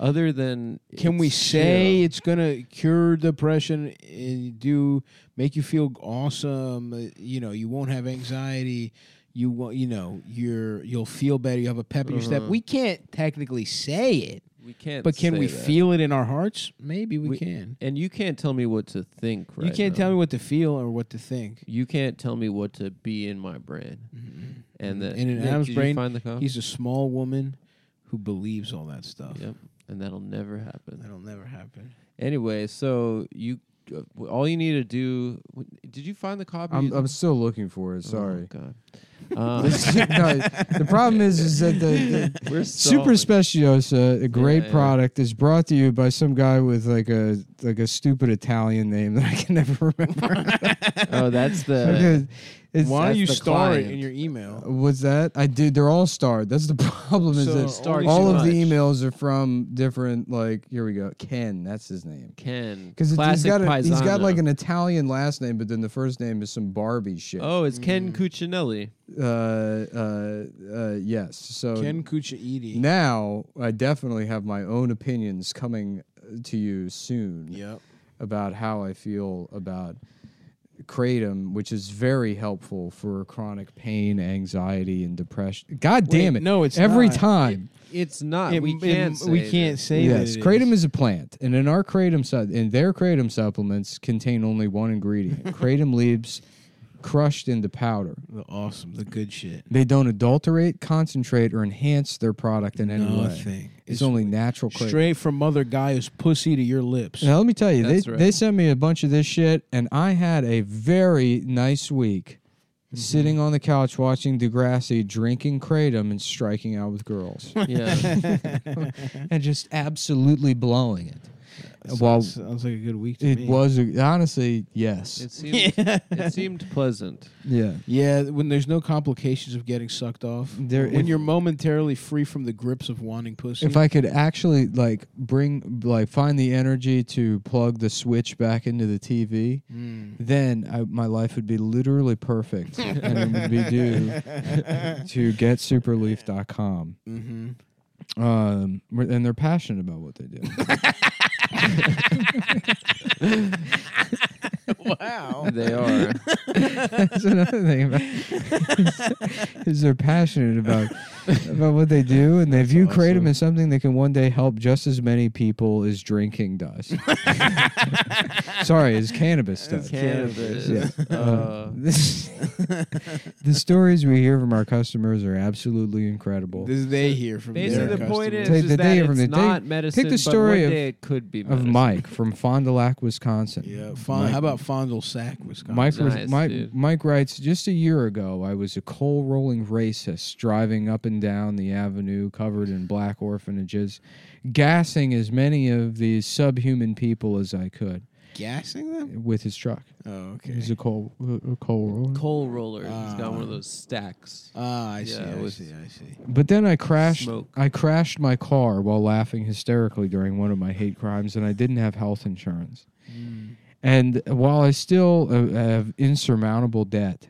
S3: other than
S1: Can we
S3: it's
S1: say
S3: chill.
S1: it's gonna cure depression and do make you feel awesome? uh, You know, you won't have anxiety. You won't, you know, you're you'll feel better. You have a pep in your step.
S3: Uh-huh.
S1: We can't technically say it,
S3: we can't?
S1: but can
S3: say
S1: we
S3: that.
S1: feel it in our hearts? Maybe we,
S3: We-
S1: can.
S3: And you can't tell me what to think. Right
S1: you can't
S3: now.
S1: tell me what to feel or what to think.
S3: You can't tell me what to be in my brain.
S2: Mm-hmm.
S3: And that
S1: And in
S3: Nick,
S1: Adam's
S3: did you
S1: brain,
S3: find the cop?
S1: He's a small woman who believes all that stuff.
S3: Yep. And that'll never happen.
S1: That'll never happen.
S3: Anyway, so you uh, w- all you need to do. w- Did you find the copy?
S2: I'm,
S3: you-
S2: I'm still looking for it. Sorry.
S3: Oh, God. Um,
S2: This- no, the problem is, is that the, the
S3: we're
S2: Super
S3: stalling.
S2: Speciosa, a great
S3: Yeah, yeah.
S2: product, is brought to you by some guy with like a like a stupid Italian name that I can never remember.
S3: Oh, that's the.
S2: Because it's-
S1: Why don't
S2: that's
S1: you
S2: the
S1: star it
S2: client.
S1: in your email?
S2: What's that? I did. They're all starred. That's the problem.
S1: So
S2: is that
S1: starred
S2: all
S3: too
S2: of the
S3: much.
S2: emails are from different. Like here we go. Ken, that's his name.
S3: Ken.
S2: Because he's
S3: Classic
S2: got a, he's got
S3: Paisano.
S2: like an Italian last name, but then the first name is some Barbie shit.
S3: Oh, it's Ken
S2: Mm.
S3: Cuccinelli.
S2: Uh, uh, uh, yes. So
S1: Ken Kuchaidi.
S2: now I definitely have my own opinions coming uh, to you soon
S1: Yep.
S2: about how I feel about kratom, which is very helpful for chronic pain, anxiety, and depression. God damn
S1: Wait,
S2: it!
S1: no, it's
S2: every
S1: not.
S2: time.
S3: It's not.
S1: It-
S3: we
S1: it-
S3: can't. say
S1: we
S3: that.
S1: can't say
S2: yes,
S1: that. it
S2: kratom is. a plant, and in our kratom su- in their kratom supplements contain only one ingredient: kratom leaves crushed into powder.
S1: the awesome, the good shit.
S2: They don't adulterate, concentrate, or enhance their product in any way.
S1: Nothing.
S2: It's, only natural kratom.
S1: straight from Mother Gaia's pussy to your lips.
S2: Now let me tell you, they,
S3: That's right.
S2: they sent me a bunch of this shit, and I had a very nice week,
S3: Mm-hmm.
S2: sitting on the couch watching Degrassi, drinking kratom, and striking out with girls,
S3: Yeah.
S2: and just absolutely blowing it.
S1: Sounds-
S2: While
S1: sounds like a good week to
S2: it
S1: me.
S2: was a- honestly yes,
S3: It seemed. It seemed pleasant.
S2: yeah.
S1: Yeah, when there's no complications of getting sucked off,
S2: There-
S1: when
S2: if-
S1: you're momentarily free from the grips of wanting pussy.
S2: If I could actually like bring like find the energy to plug the switch back into the TV, then I, my life would be literally perfect, and it would be due to getsuperleaf.com.
S1: Mhm.
S2: Um, we're- and they're passionate about what they do.
S1: wow.
S3: They are.
S2: That's another thing about is they're passionate about about what they do, and they view kratom as something that can one day help just as many people as drinking does. Sorry, as cannabis does.
S3: Cannabis.
S2: Uh-huh.
S3: Uh,
S2: This- the stories we hear from our customers are absolutely incredible.
S1: This they hear from
S3: Basically,
S1: their
S3: the point
S1: customers.
S3: is,
S2: Take
S3: is
S2: the
S3: that
S2: day from
S3: it's
S2: the- take-
S3: not
S2: take the
S3: medicine.
S2: story
S3: but
S2: of-
S3: one day it could be
S2: of
S3: medicine.
S2: Mike from Fond du Lac, Wisconsin.
S1: Yeah, fond, how about Fondle Sack, Wisconsin?
S2: Mike, was,
S3: Oh, Nice,
S2: Mike,
S3: dude.
S2: Mike writes, just a year ago, I was a coal rolling racist driving up and walking down the avenue covered in black orphanages, gassing as many of these subhuman people as I could
S1: Gassing them?
S2: with his truck.
S1: Oh, okay.
S2: He's a coal, a coal roller.
S3: Coal roller. He's got
S2: Ah.
S3: one of those stacks.
S1: Ah, I see.
S3: Yeah,
S1: I
S3: with-
S1: see. I see.
S2: But then I crashed.
S3: Smoke.
S2: I crashed my car while laughing hysterically during one of my hate crimes, and I didn't have health insurance.
S1: Mm.
S2: And while I still uh, have insurmountable debt,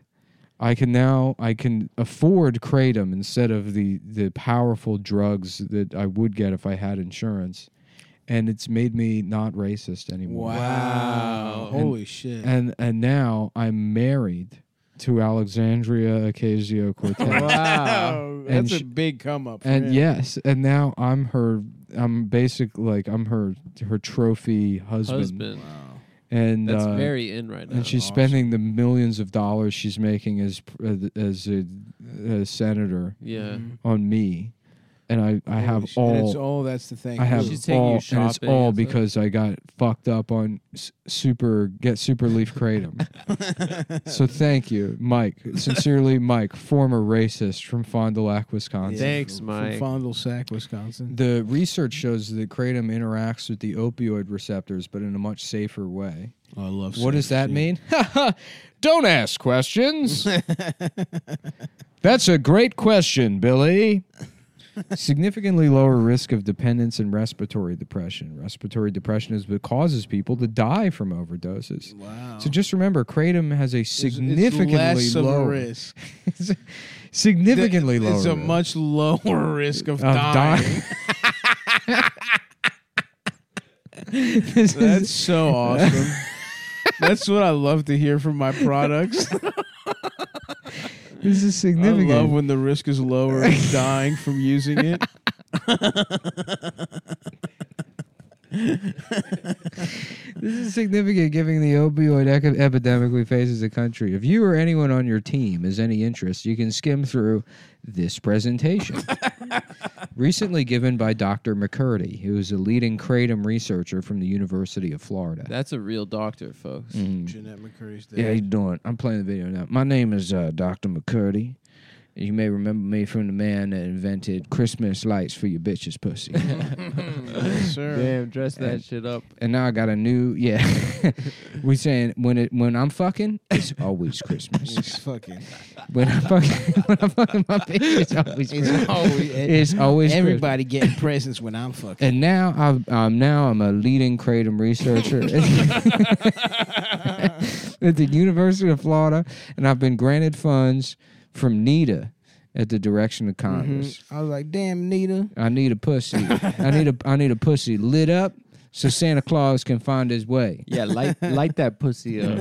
S2: I can now I can afford kratom instead of the the powerful drugs that I would get if I had insurance, and it's made me not racist anymore.
S1: Wow. Holy shit.
S2: And and now I'm married to Alexandria Ocasio Cortez.
S3: Oh,
S1: wow. That's
S2: And
S1: a big come up. for
S2: and
S1: him.
S2: yes, and now I'm her. I'm basic like I'm her her trophy husband,
S3: Husband.
S2: and
S3: That's
S2: uh,
S3: very in right now.
S2: and she's spending the millions of dollars she's making as as a, a senator
S3: Yeah.
S1: Mm-hmm.
S2: on me, and I I have
S1: Holy shit. And
S2: all
S1: it's all that's the thing.
S2: I have
S3: She's taking you
S2: all and it's
S3: shopping
S2: all
S3: and stuff.
S2: because I got fucked up on s- super get super leaf kratom. so thank you, Mike. Sincerely, Mike, former racist from Fond du Lac, Wisconsin.
S3: Thanks,
S1: from
S3: Mike.
S1: Fond du Sac, Wisconsin.
S2: The research shows that kratom interacts with the opioid receptors, but in a much safer way.
S1: Oh, I love.
S2: What does that mean? Don't ask questions. That's a great question, Billy. Significantly lower risk of dependence and respiratory depression. Respiratory depression is what causes people to die from overdoses.
S1: Wow.
S2: So just remember, kratom has a significantly
S1: it's less of
S2: lower
S1: a risk.
S2: significantly
S1: Th-
S2: lower.
S1: It's a
S2: risk.
S1: much lower risk of,
S2: of
S1: dying.
S2: dying. This is-
S1: That's so awesome. That's what I love to hear from my products.
S2: this is
S1: I
S2: significant.
S1: love when the risk is lower of dying from using it.
S2: This is significant given the opioid ec- epidemic we face as a country. If you or anyone on your team has any interest, you can skim through this presentation. Recently given by Dr. McCurdy, who is a leading kratom researcher from the University of Florida.
S3: That's a real doctor, folks.
S2: Mm.
S1: Jeanette McCurry's
S5: Yeah, how you doing? I'm playing the video now. My name is uh, Dr. McCurdy. You may remember me from the man that invented Christmas lights for your bitch's pussy.
S1: sir.
S3: Damn, dress that shit up.
S5: and now I got a new yeah. we saying when it when I'm fucking, it's always Christmas.
S1: It's fucking.
S5: when I'm fucking when I'm fucking my bitch, it's always Christmas. It's always Christmas.
S1: everybody getting presents when I'm fucking.
S5: And now I'm, um, now I'm a leading kratom researcher at the University of Florida, and I've been granted funds from NETA at the direction of Congress.
S1: I was like, damn, Nita.
S5: I need a pussy. I need a I need a pussy lit up so Santa Claus can find his way.
S3: Yeah, light light that pussy up.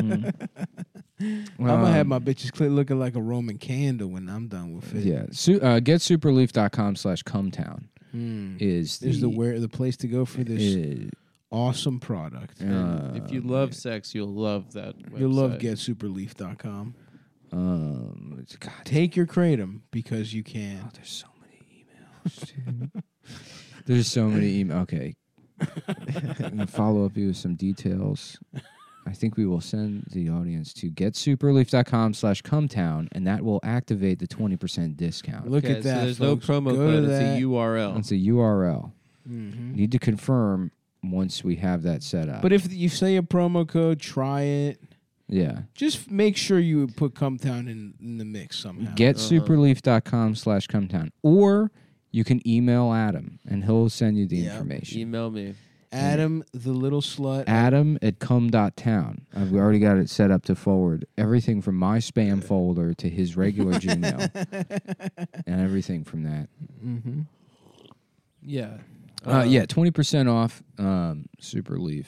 S1: I'm
S5: Um,
S1: gonna have my bitches clit looking like a Roman candle when I'm done with it.
S5: Yeah, Su- uh, getsuperleaf.com slash cumtown
S1: Hmm.
S5: is
S1: Is the where the place to go for this awesome product?
S5: uh, uh,
S2: Mm-hmm.
S3: if you love sex, you'll love that.
S1: You'll love
S3: website.
S1: getsuperleaf.com.
S5: um, it's- God,
S1: Take your kratom because you can.
S5: There's so many emails, dude. There's so many emails. Okay. I'm going to follow up you with some details. I think we will send the audience to getsuperleaf.com slash cumtown, and that will activate the 20% discount.
S1: Look
S3: Okay,
S1: at that.
S3: So there's
S1: folks.
S3: no promo
S1: Go to
S3: code. It's
S1: that.
S3: a URL.
S5: That's a URL.
S1: Mhm.
S5: Need to confirm once we have that set up.
S1: But if you say a promo code, try it.
S5: yeah.
S1: Just make sure you put Cumtown in, in the mix somehow.
S5: Getsuperleaf.com slash cumtown. Or you can email Adam, and he'll send you the
S1: Yeah.
S5: information.
S3: Email me.
S1: Adam the little slut.
S5: Adam at cum.town. I've already got it set up to forward everything from my spam folder to his regular Gmail and everything from that.
S1: hmm
S3: Yeah.
S5: Uh, yeah, 20% off um, Superleaf.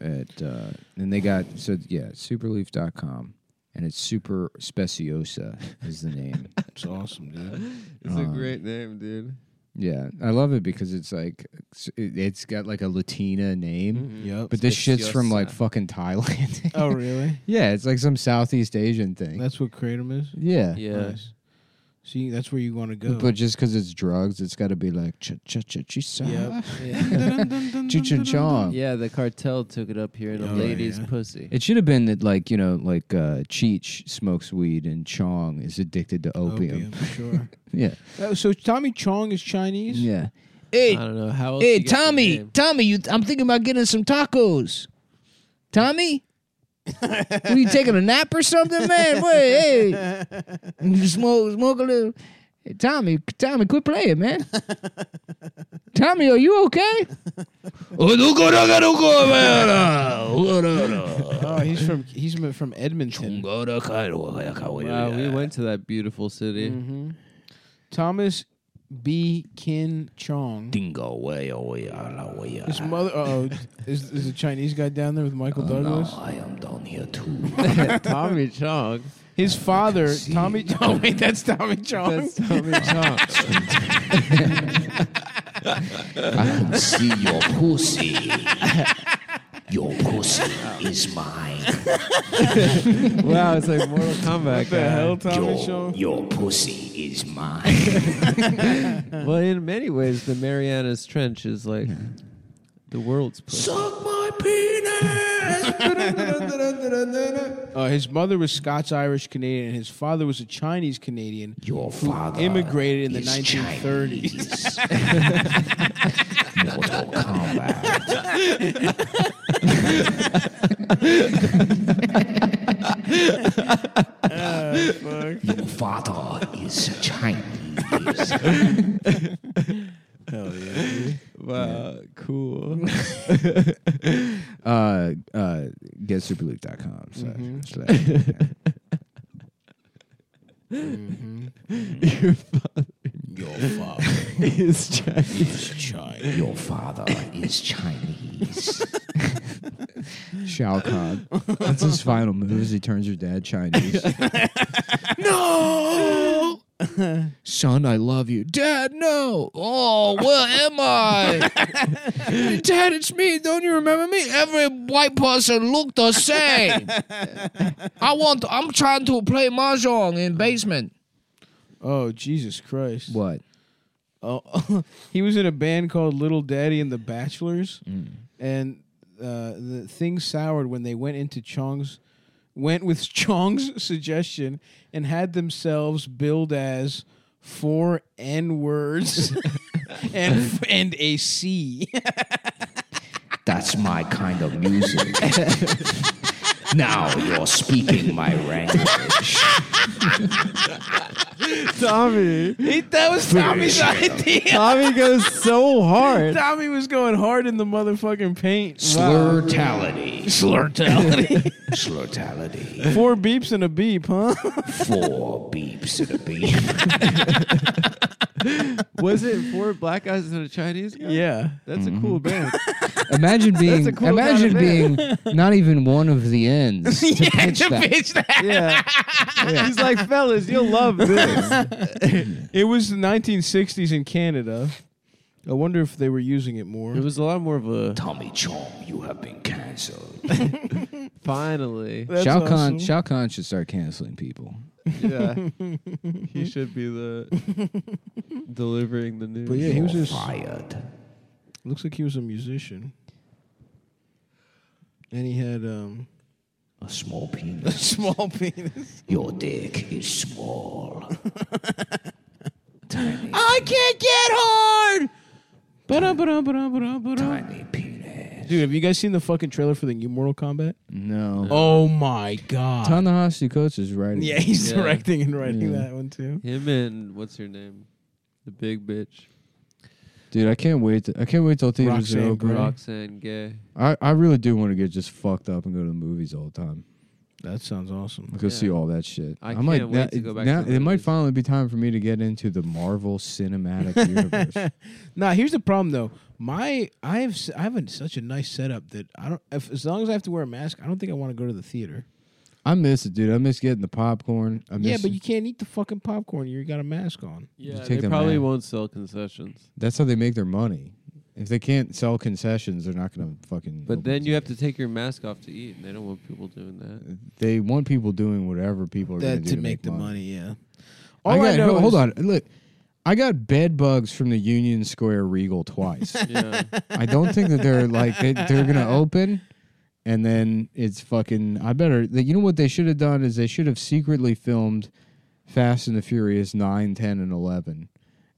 S5: At, uh, and they got, so yeah, superleaf.com. And it's Super Speciosa is the name.
S1: It's awesome, dude.
S3: It's
S2: Uh,
S3: a great name, dude.
S5: yeah, I love it because it's like, it's- it's got like a Latina name.
S3: Mm.
S1: yep.
S5: But this shit's from like
S3: Speciosa.
S5: fucking Thailand.
S1: oh, really?
S5: yeah, it's like some Southeast Asian thing.
S1: That's what kratom is.
S5: yeah.
S3: Yeah.
S1: Nice. See, that's where you want to go.
S2: But just because it's drugs, it's got to be like cha cha cha
S1: Yep.
S2: chisa,
S1: Yeah.
S2: chi cha cha.
S3: Yeah, the cartel took it up here in a
S1: Oh,
S3: lady's
S1: yeah.
S3: pussy.
S2: It should have been that, like you know, like uh, Cheech smokes weed and Chong is addicted to opium.
S1: sure.
S2: Yeah,
S1: Oh, so Tommy Chong is Chinese.
S2: yeah.
S3: I
S2: Hey,
S3: don't know how. Else
S2: hey,
S3: you got the
S2: Tommy,
S3: name.
S2: Tommy, you, I'm thinking about getting some tacos. Tommy, what, you taking a nap or something, man? Wait, hey, You smoke, smoke a little. Hey, Tommy, Tommy, quit playing, man. Tommy, are you okay? Oh, no, go, no, go, no, go, man. Oh, no, no.
S1: Oh, he's from he's m- from Edmonton.
S2: Go to Cairo, yeah, Cairo,
S3: Wow, we
S2: yeah.
S3: went to that beautiful city.
S1: hmm Thomas B. Kin Chong.
S2: Dingo, way, oh, yeah, la, way, yeah.
S1: His mother. Oh, is is a Chinese guy down there with Michael Douglas?
S4: Oh,
S2: I am down here too.
S3: Tommy Chong.
S1: His father, Tommy. Oh wait, that's Tommy Chong.
S3: That's Tommy Chong.
S4: I can see your pussy. Your pussy is mine.
S3: wow, it's like Mortal Kombat. guy.
S4: Your, your pussy is mine.
S3: Well, in many ways, the Marianas Trench is like the world's place.
S4: Suck my penis.
S1: Uh, his mother was Scots Irish Canadian, and his father was a Chinese Canadian.
S4: Your father
S1: immigrated in the
S4: is
S1: 1930s.
S4: Chinese. Mortal Kombat. Your father is Chinese.
S3: wow, cool.
S2: uh, uh, getsuperleague.com. Slash, slash, yeah.
S3: Your father
S1: Your father
S3: is Chinese.
S1: is Chinese.
S4: Your father is Chinese.
S2: Shao Kahn. That's his final move. Is he turns your dad Chinese. no, son, I love you, Dad. No. Oh, where am I, Dad? It's me. Don't you remember me? Every white person look the same. I want. I'm trying to play mahjong in basement.
S1: Oh Jesus Christ!
S2: What?
S1: Oh, he was in a band called Little Daddy and the Bachelors, and uh, the things soured when they went into Chong's, went with Chong's suggestion and had themselves billed as four N words and and a C.
S4: That's my kind of music. now you're speaking my language.
S3: Tommy.
S1: that was Tommy's idea.
S3: Tommy goes so hard.
S1: Tommy was going hard in the motherfucking paint.
S4: Slurtality. Slurtality. Slurtality.
S1: Four beeps and a beep, huh?
S4: Four beeps and a beep.
S3: Was it four black guys and a Chinese guy?
S1: yeah.
S3: That's a cool band.
S2: Imagine being.
S3: cool kind
S2: imagine
S3: of man.
S2: being not even one of the ends to pitch that.
S3: yeah. He's like, fellas, you'll love this.
S1: It was the 1960s in Canada. I wonder if they were using it more.
S3: It was a lot more of a
S4: Tommy Chong, you have been cancelled.
S3: finally.
S1: That's
S2: Shao Kahn,
S1: awesome.
S2: Shao Kahn should start canceling people.
S3: Yeah. he should be the delivering the news.
S1: but yeah, he was
S4: You're
S1: just
S4: fired.
S1: looks like he was a musician. And he had um
S4: A small penis.
S1: small penis.
S4: Your dick is small. Tiny,
S1: I can't get hard. Ba-dum, ba-dum, ba-dum, ba-dum, ba-dum.
S4: tiny penis.
S1: Dude, have you guys seen the fucking trailer for the new Mortal Kombat?
S2: No.
S1: Oh my god.
S2: Ta-Nehisi Coates is right.
S1: yeah, he's
S3: Yeah.
S1: directing and writing
S2: Yeah.
S1: that one too.
S3: Him and what's her name? The big bitch.
S2: Dude, I can't wait. To, I can't wait till theaters
S1: Roxanne
S2: are open.
S1: Gray.
S3: Roxanne Gay.
S2: I, I really do want to get just fucked up and go to the movies all the time.
S1: That sounds awesome.
S2: Go see
S3: Yeah.
S2: all that shit.
S3: I
S2: might,
S3: can't wait to go back
S2: Now,
S3: to the
S2: it might
S3: movies.
S2: finally be time for me to get into the Marvel Cinematic Universe.
S1: Now, here's the problem though. My I have s- I have a, such a nice setup that I don't if, as long as I have to wear a mask, I don't think I want to go to the theater.
S2: I miss it, dude. I miss getting the popcorn. I miss
S1: Yeah, but you can't eat the fucking popcorn. You got a mask on.
S3: Yeah,
S2: take
S3: they
S2: a
S3: probably
S2: man.
S3: won't sell concessions.
S2: that's how they make their money. If they can't sell concessions, they're not gonna fucking.
S3: But
S2: open
S3: then
S2: it.
S3: you have to take your mask off to eat, and they don't
S2: Uh,
S3: want people doing that.
S2: They want people doing whatever people are gonna
S1: That
S2: do
S1: to make the money. yeah. All
S2: I
S1: I,
S2: got,
S1: know.
S2: hold
S1: is-
S2: on. Look, I got bed bugs from the Union Square Regal twice.
S3: Yeah.
S2: I don't think that they're like they, they're gonna open, and then it's fucking. I better. That you know what they should have done is they should have secretly filmed Fast and the Furious 9, 10, and eleven,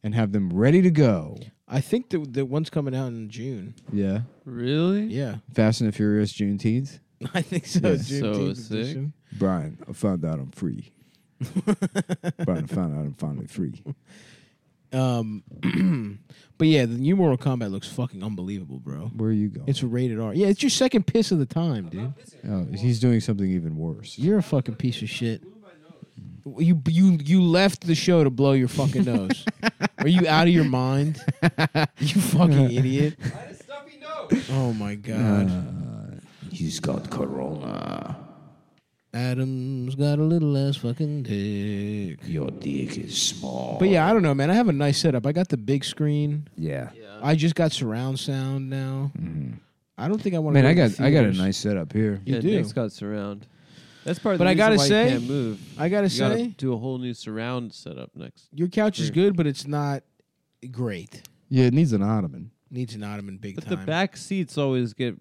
S2: and have them ready to go.
S1: I think the the one's coming out in June.
S2: Yeah,
S3: really?
S1: Yeah,
S2: Fast and the Furious Juneteenth.
S1: I think so.
S2: Yeah.
S3: So
S1: Juneteenth
S3: sick.
S1: edition.
S2: Brian, I found out I'm free. Brian, I found out I'm finally free.
S1: Um, but yeah, the new Mortal Kombat looks fucking unbelievable, bro.
S2: Where are you going?
S1: It's rated R. Yeah, it's your second piss of the time, dude.
S2: oh, he's doing something even worse.
S1: You're a fucking piece of shit. You you you left the show to blow your fucking nose. Are you out of your mind? You fucking idiot. Oh my god.
S4: He's got corona.
S1: Adam's got a little ass fucking dick.
S4: Your dick is small.
S1: But yeah, I don't know, man. I have a nice setup. I got the big screen.
S5: Yeah.
S1: I just got surround sound now. I don't think I want
S2: Mm. Man, I
S1: to
S2: got I got a nice setup here.
S1: You
S3: yeah,
S1: do.
S3: Nick's got surround. That's part of the
S1: But I
S3: reason
S1: gotta
S3: why
S1: say-
S3: you can't move.
S1: I gotta
S3: You gotta
S1: say,
S3: do a whole new surround setup next.
S1: your couch is good, but it's not great.
S2: Yeah, it needs an ottoman.
S1: Needs an ottoman big
S3: But
S1: time.
S3: the back seats always get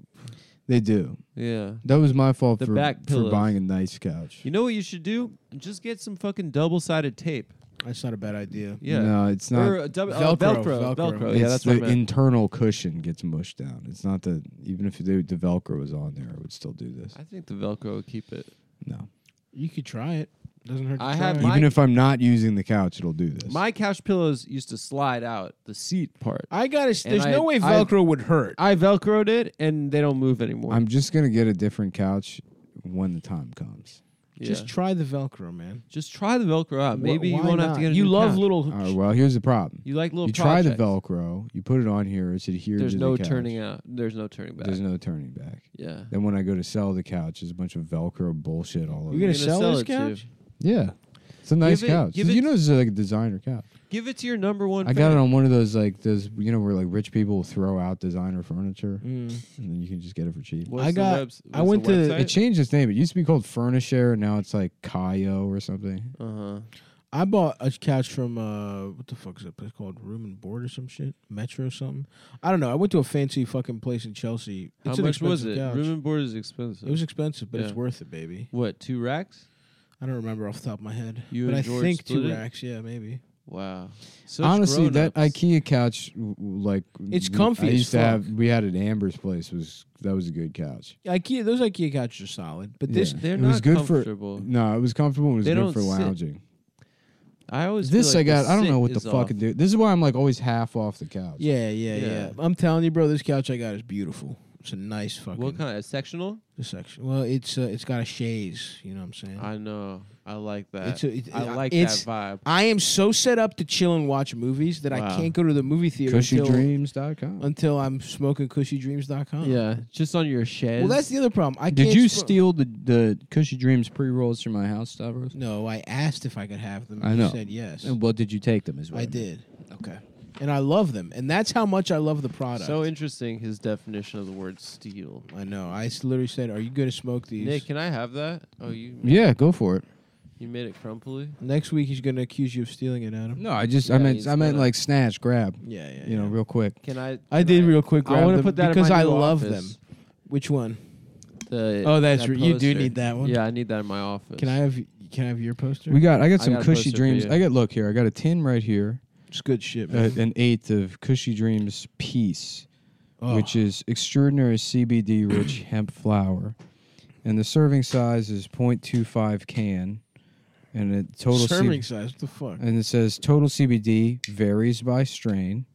S2: They do.
S3: yeah.
S2: That was my fault
S3: The
S2: for,
S3: back
S2: for
S3: pillows.
S2: buying a nice couch.
S3: You know what you should do? Just get some fucking double sided tape.
S1: That's not a bad idea.
S3: Yeah.
S2: No, it's not.
S3: or a dub- Velcro,
S1: Velcro,
S3: oh, Velcro,
S1: Velcro.
S3: Velcro. Yeah,
S2: it's
S3: that's
S2: the
S3: what I meant.
S2: internal cushion gets mushed down. It's not the even if the, the Velcro was on there, it would still do this.
S3: I think the Velcro would keep it.
S2: No,
S1: You could try it. Doesn't hurt. To
S3: I
S1: try
S3: have
S1: it.
S3: my-
S2: even if I'm not using the couch, it'll do this.
S3: My couch pillows used to slide out the seat part.
S1: I got to.
S3: And
S1: There's
S3: I-
S1: no way
S3: I-
S1: Velcro would hurt.
S3: I velcroed it and they don't move anymore.
S2: I'm just gonna get a different couch when the time comes.
S3: Yeah.
S1: Just try the Velcro, man.
S3: Just try the Velcro out.
S1: Wh-
S3: Maybe you
S1: why
S3: won't have
S1: not?
S3: to get. A
S1: You
S3: new
S1: love
S3: couch.
S1: little.
S2: All right. Well, here's the problem.
S3: You like little.
S2: You try the
S3: projects.
S2: Velcro, you put it on here. It's adhered
S3: There's
S2: to
S3: no
S2: the couch.
S3: turning out. There's no turning back.
S2: There's no turning back.
S3: yeah.
S2: Then when I go to sell the couch, there's a bunch of Velcro bullshit all over.
S1: You're gonna
S2: it.
S3: You're
S1: sell, this
S3: it to-
S1: couch?
S2: yeah, it's a nice
S3: it-
S2: couch.
S3: give
S2: you
S3: it-
S2: know, it's like a designer couch.
S3: Give it to your number one.
S2: I got
S3: fan.
S2: it on one of those like those you know where like rich people will throw out designer furniture
S3: Mm.
S2: and then you can just get it for cheap.
S3: What's
S1: I
S3: the
S1: got-
S3: webs-
S1: I
S3: what's
S1: went
S3: the
S1: to-
S2: It changed its name. It used to be called Furnishare, and now it's like Kayo or something.
S3: Uh huh.
S1: I bought a couch from uh, what the fuck is that place called? Room and Board or some shit? Metro or something? I don't know. I went to a fancy fucking place in Chelsea.
S3: How
S1: It's an
S3: much was
S1: expensive
S3: it?
S1: couch.
S3: Room and board is expensive.
S1: It was expensive, but it's
S3: Yeah.
S1: worth it, baby.
S3: what? Two racks?
S1: I don't remember off the top of my head,
S3: You
S1: but
S3: and
S1: I
S3: George
S1: think two
S3: split it?
S1: racks. Yeah, maybe.
S3: Wow. Such
S2: Honestly, that
S3: grown-ups.
S2: IKEA couch, w- w- like
S1: It's
S2: we-
S1: comfy
S2: I
S1: as
S2: used to have.
S1: fuck.
S2: We had at Amber's place. Was that was a good couch.
S1: IKEA, those IKEA couches are solid, but this
S2: Yeah.
S3: They're
S2: it
S3: not
S2: was good
S3: comfortable.
S2: for no, it was comfortable. and It was
S3: They
S2: good
S3: don't
S2: for
S3: sit.
S2: lounging.
S3: I always feel
S2: This
S3: like
S2: I got.
S3: the
S2: I don't know
S3: sit
S2: what the
S3: is
S2: fuck
S3: off.
S2: it do. This is why I'm like always half off the couch.
S1: Yeah, yeah, yeah,
S3: Yeah.
S1: I'm telling you, bro, this couch I got is beautiful. It's a nice fucking
S3: What kind? A sectional?
S1: this section. Well, it's uh, it's got a chaise. You know what I'm saying? I,
S3: I know. I like that.
S1: It's a- it-
S3: I
S1: I-
S3: like
S1: it's-
S3: that vibe.
S1: am so set up to chill and watch movies that I
S3: Wow.
S1: can't go to the movie theater until,
S2: Cushydreams.com.
S1: until I'm smoking cushdreams.com.
S3: Yeah, just on your shed.
S1: Well, that's the other problem. I
S5: Did
S1: can't
S5: you
S1: smoke-
S5: steal the the Cushy Dreams pre rolls from my house, Stavros?
S1: No, I asked if I could have them.
S5: I
S1: and
S5: know.
S1: You said yes.
S5: And what did you take them as well?
S1: I did. Okay. And I love them, and that's how much I love the product.
S3: so interesting. His definition of the word steal.
S1: I know. I s- literally said, "Are you going to smoke these?"
S3: Nick, can I have that? Oh, you
S2: Yeah, go for it.
S3: you made it crumply.
S1: Next week he's going to accuse you of stealing it, Adam.
S2: No, I just I
S3: Yeah,
S2: meant
S3: he's
S2: I meant
S3: gotta-
S2: like snatch, grab.
S1: Yeah, yeah.
S2: You know, real quick.
S3: Can I?
S1: I did real quick.
S3: I
S1: Grab
S3: wanna
S1: them
S3: put that in my
S1: because I
S3: new
S1: love
S3: office.
S1: them. Which one?
S3: The,
S1: Oh, that's
S3: that
S1: right. You do
S3: poster.
S1: need that one.
S3: Yeah, I need that in my office.
S1: Can I have Can I have your poster?
S2: We got I got
S3: I
S2: some
S3: got a
S2: cushy
S3: poster for
S2: dreams.
S3: you.
S2: I got look here. I got a tin right here,
S1: it's good shit,
S2: uh,
S1: man.
S2: an eighth of cushy dreams piece,
S1: Oh.
S2: which is extraordinary CBD rich hemp flower, and the serving size is 0.25 can, and it total Uh, C-
S1: Serving size. What the fuck?
S2: and it says total CBD varies by strain,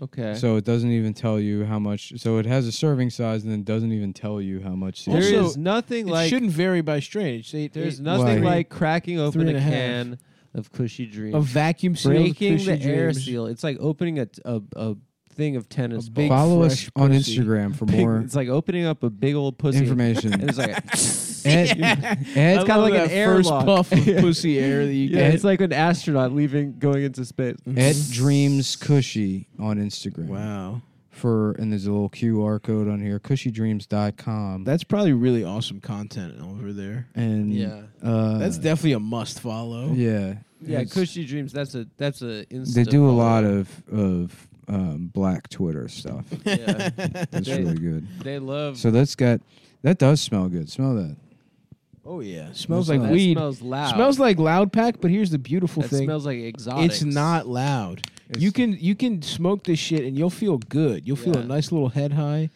S3: Okay.
S2: so it doesn't even tell you how much. So it has a serving size and then doesn't even tell you how much.
S3: there is
S1: Also,
S3: nothing
S1: It
S3: like
S1: shouldn't vary by strain. It's eight,
S3: there's
S1: eight-
S3: nothing
S2: Right.
S3: like cracking open
S1: three
S3: a,
S1: and a half.
S3: can of cushy dreams.
S1: a vacuum seal.
S3: breaking the air seal. It's like opening a a, a thing of tennis.
S1: A
S3: balls.
S1: big
S2: Follow us
S1: fresh
S2: on
S1: pussy.
S2: Instagram for
S3: Big-
S2: more
S3: It's like opening up a big old pussy.
S2: information.
S3: And it's like a-
S2: Ed, Ed-
S3: It's got like an
S1: first
S3: airlock.
S1: puff of pussy air that you
S3: yeah,
S1: get.
S3: it's like an astronaut leaving, going into space.
S5: Mm-hmm.
S2: Ed Dreams Cushy on Instagram.
S1: wow,
S2: For and there's a little QR code on here, cushydreams.com.
S1: that's probably really awesome content over there.
S2: and
S3: Yeah.
S2: uh,
S1: That's definitely a must follow.
S2: yeah.
S3: Yeah,
S5: It's-
S3: cushy dreams. That's a that's a. Insta
S5: They do a
S3: follow.
S5: lot of of um, black Twitter stuff.
S3: Yeah.
S5: That's
S3: They-
S5: really good.
S3: they love.
S5: So that's got that does smell good. Smell that.
S1: Oh yeah, smells
S5: That's
S1: like
S5: not-
S3: that
S1: weed.
S3: Smells loud.
S1: Smells like loud pack, but here's the beautiful
S3: That
S1: thing:
S3: smells like exotic.
S1: it's not loud. you
S5: It's-
S1: can you can smoke this shit and you'll feel good. You'll feel
S3: Yeah.
S1: a nice little head high,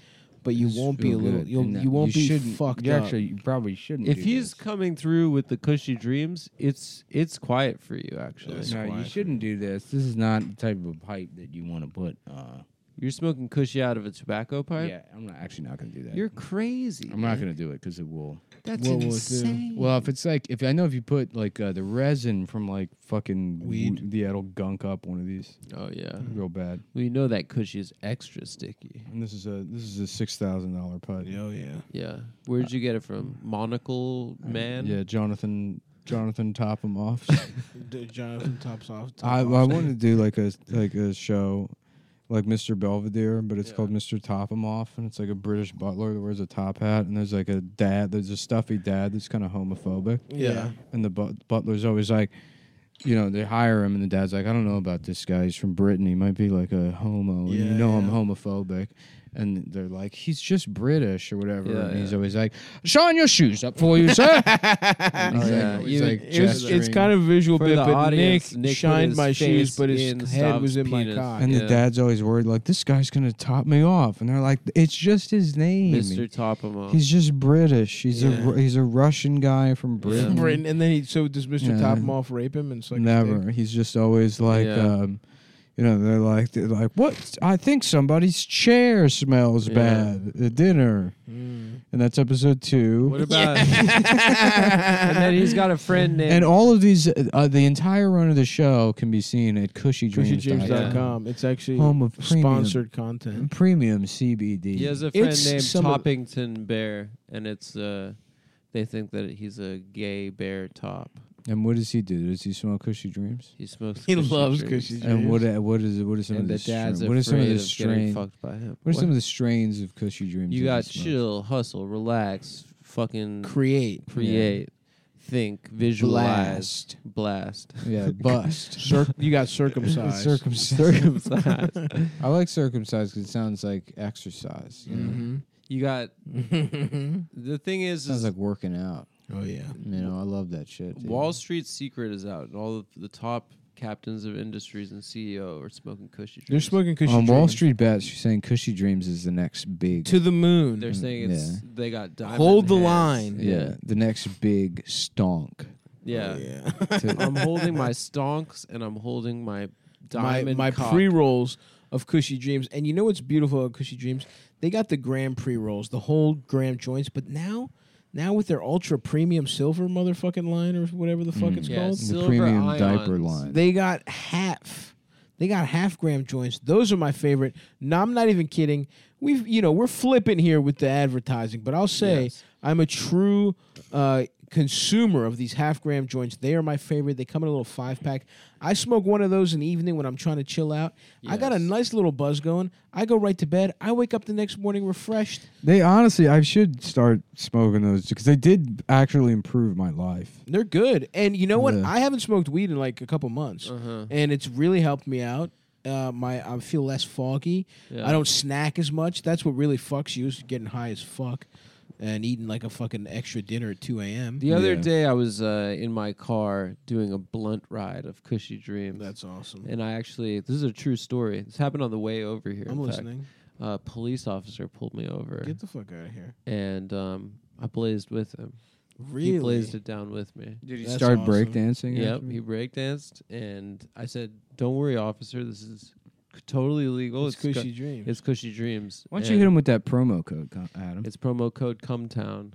S1: but you
S5: Just
S1: won't be a
S5: feel
S1: little.
S5: good.
S1: You'll,
S5: And that-
S1: you won't be
S5: shouldn't-
S1: fucked
S5: you
S1: up.
S5: Actually, you probably shouldn't.
S3: If
S5: do
S3: he's
S5: this.
S3: coming through with the cushy dreams, it's it's quiet for you actually.
S5: no, you shouldn't do this. This is not the type of pipe that you want to put. Uh,
S3: You're smoking cushy out of a tobacco pipe.
S5: yeah, I'm not actually not going to do that.
S3: You're crazy.
S5: I'm not going to do it because it will.
S3: That's
S1: World War
S3: insane.
S2: Well, if it's like if I know if you put like uh, the resin from like fucking
S1: Weed.
S2: w- yeah, it'll gunk up one of these
S3: Oh yeah.
S5: Mm-hmm.
S2: real bad.
S3: We know that cushy is extra sticky.
S2: Mm. And this is a this is a six thousand dollar putt.
S1: Oh yeah.
S3: Yeah.
S5: Uh,
S3: Where'd you get it from? Monocle man.
S2: Yeah, Jonathan Jonathan Topham off.
S1: D- Jonathan tops off. top
S2: I I
S1: off.
S2: want to do like a like a show like Mr. Belvedere, but it's called Mr. Topham off, and it's like a British butler that wears a top hat, and there's like a dad, there's a stuffy dad that's kind of homophobic.
S1: Yeah.
S2: and the but- butler's always like, you know, they hire him, and the dad's like, I don't know about this guy. He's from Britain. He might be like a homo. and you
S1: Yeah,
S2: know, I'm
S1: yeah.
S2: homophobic. And they're like, he's just British or whatever.
S3: Yeah,
S2: and he's
S3: yeah.
S2: always like, shine your shoes up for you, sir. And he's
S3: Oh,
S2: like,
S3: yeah.
S2: always,
S3: You-
S2: like,
S3: it
S1: It's, it's
S2: gesturing.
S1: kind of a visual
S3: For
S1: bit,
S3: the
S1: but
S3: audience,
S1: Nick,
S3: Nick put
S1: shined
S3: his
S1: my shoes,
S3: face
S1: but his
S3: in
S1: head was in
S3: Stubbs'
S1: my
S3: penis.
S1: cock.
S2: And
S3: Yeah.
S2: the dad's always worried, like, this guy's going to top me off. And they're like, it's just his name.
S3: Mr. Topham off.
S2: He's just British. He's
S1: Yeah.
S2: a Ru- he's a Russian guy from Britain.
S1: Britain, and then he so does Mr.
S2: Yeah.
S1: Topoff rape him and suck his dick?
S2: Never. He's just always like,
S3: Yeah.
S2: um, you know, they're like, they're like, what? I think somebody's chair smells
S3: Yeah. Hmm.
S2: bad at dinner, and that's episode two.
S3: What about? and then he's got a friend named.
S2: and all of these, uh, the entire run of the show can be seen at
S1: CushyJames.com.
S2: cushydreams.com.
S1: It's actually
S2: Home of premium.
S1: sponsored content.
S2: Premium CBD.
S3: he has a friend
S1: It's
S3: named
S1: some of-
S3: Toppington Bear, and it's uh, they think that he's a gay bear top.
S2: And what does he do? Does he smell cushy dreams?
S3: He smokes.
S1: He
S3: cushy
S1: loves
S3: dreams.
S1: cushy dreams.
S2: And what? uh, What is? What are some
S3: And
S2: of
S3: the
S2: the strains?
S3: dad's
S2: What are some of
S3: afraid
S2: the
S3: of getting
S2: strains?
S3: fucked by him.
S2: What are some
S3: What?
S2: of the strains of cushy dreams?
S3: You
S2: that
S3: got
S2: he smokes?
S3: chill, hustle, relax, fucking
S1: Create.
S3: create, think, visualize,
S1: Blast.
S3: blast.
S2: Yeah, bust.
S1: Cir- you got circumcised.
S2: Circumcised.
S3: Circumcised.
S2: I like circumcised because it sounds like exercise. You
S3: Mm-hmm.
S2: know?
S3: you got
S1: Mm-hmm.
S3: the thing is,
S2: sounds
S3: is
S2: like working out.
S1: oh yeah.
S2: You know, I love that shit. dude.
S3: Wall Street Secret is out, and all of the top captains of industries and CEO are smoking cushy.
S1: They're
S3: Dreams.
S1: smoking cushy
S2: on Wall
S1: dreams.
S2: Street bets, she's saying Cushy Dreams is the next big.
S1: to the moon.
S3: They're saying it's they got diamond.
S1: Hold the
S3: hands.
S1: line.
S2: yeah, the next big stonk.
S3: Yeah,
S1: Oh, yeah.
S3: I'm holding my stonks and I'm holding my
S1: my
S3: diamond.
S1: my
S3: cock.
S1: pre rolls of Cushy Dreams, and you know what's beautiful about Cushy Dreams? They got the gram pre rolls, the whole gram joints, but now, now with their ultra premium silver motherfucking line or whatever the fuck it's
S3: Yeah,
S1: called,
S2: The
S3: Silver
S2: premium
S3: ions.
S2: diaper line.
S1: They got half. They got half gram joints. Those are my favorite. No, I'm not even kidding. We've you know we're flipping here with the advertising, but I'll say
S3: Yes.
S1: I'm a true uh, consumer of these half gram joints. They are my favorite. They come in a little five pack. I smoke one of those in the evening when I'm trying to chill out. I got a
S3: Yes.
S1: nice little buzz going. I go right to bed. I wake up the next morning refreshed.
S2: They honestly, I should start smoking those because they did actually improve my life.
S1: They're good. And you know what?
S2: Yeah.
S1: I haven't smoked weed in like a couple months,
S3: Uh-huh.
S1: and it's really helped me out. Uh, my I feel less foggy.
S3: Yeah.
S1: I don't snack as much. That's what really fucks you is getting high as fuck and eating like a fucking extra dinner at two a.m.
S3: The other
S2: Yeah.
S3: day, I was uh, in my car doing a blunt ride of Cushy Dreams.
S1: That's awesome.
S3: and I actually, this is a true story. This happened on the way over here.
S1: I'm
S3: in fact.
S1: listening.
S3: A police officer pulled me over,
S1: Get the fuck out of here.
S3: and um, I blazed with him.
S1: Really?
S3: He blazed it down with me.
S2: Did
S1: That's
S2: start
S1: awesome.
S2: breakdancing?
S3: Yep,
S2: after?
S3: he breakdanced, and I said, "Don't worry, officer. This is c- totally legal.
S1: It's
S3: cu-
S1: cushy dreams.
S3: It's cushy dreams.
S5: Why don't you hit him with that promo code, Co- Adam?
S3: It's promo code Cumtown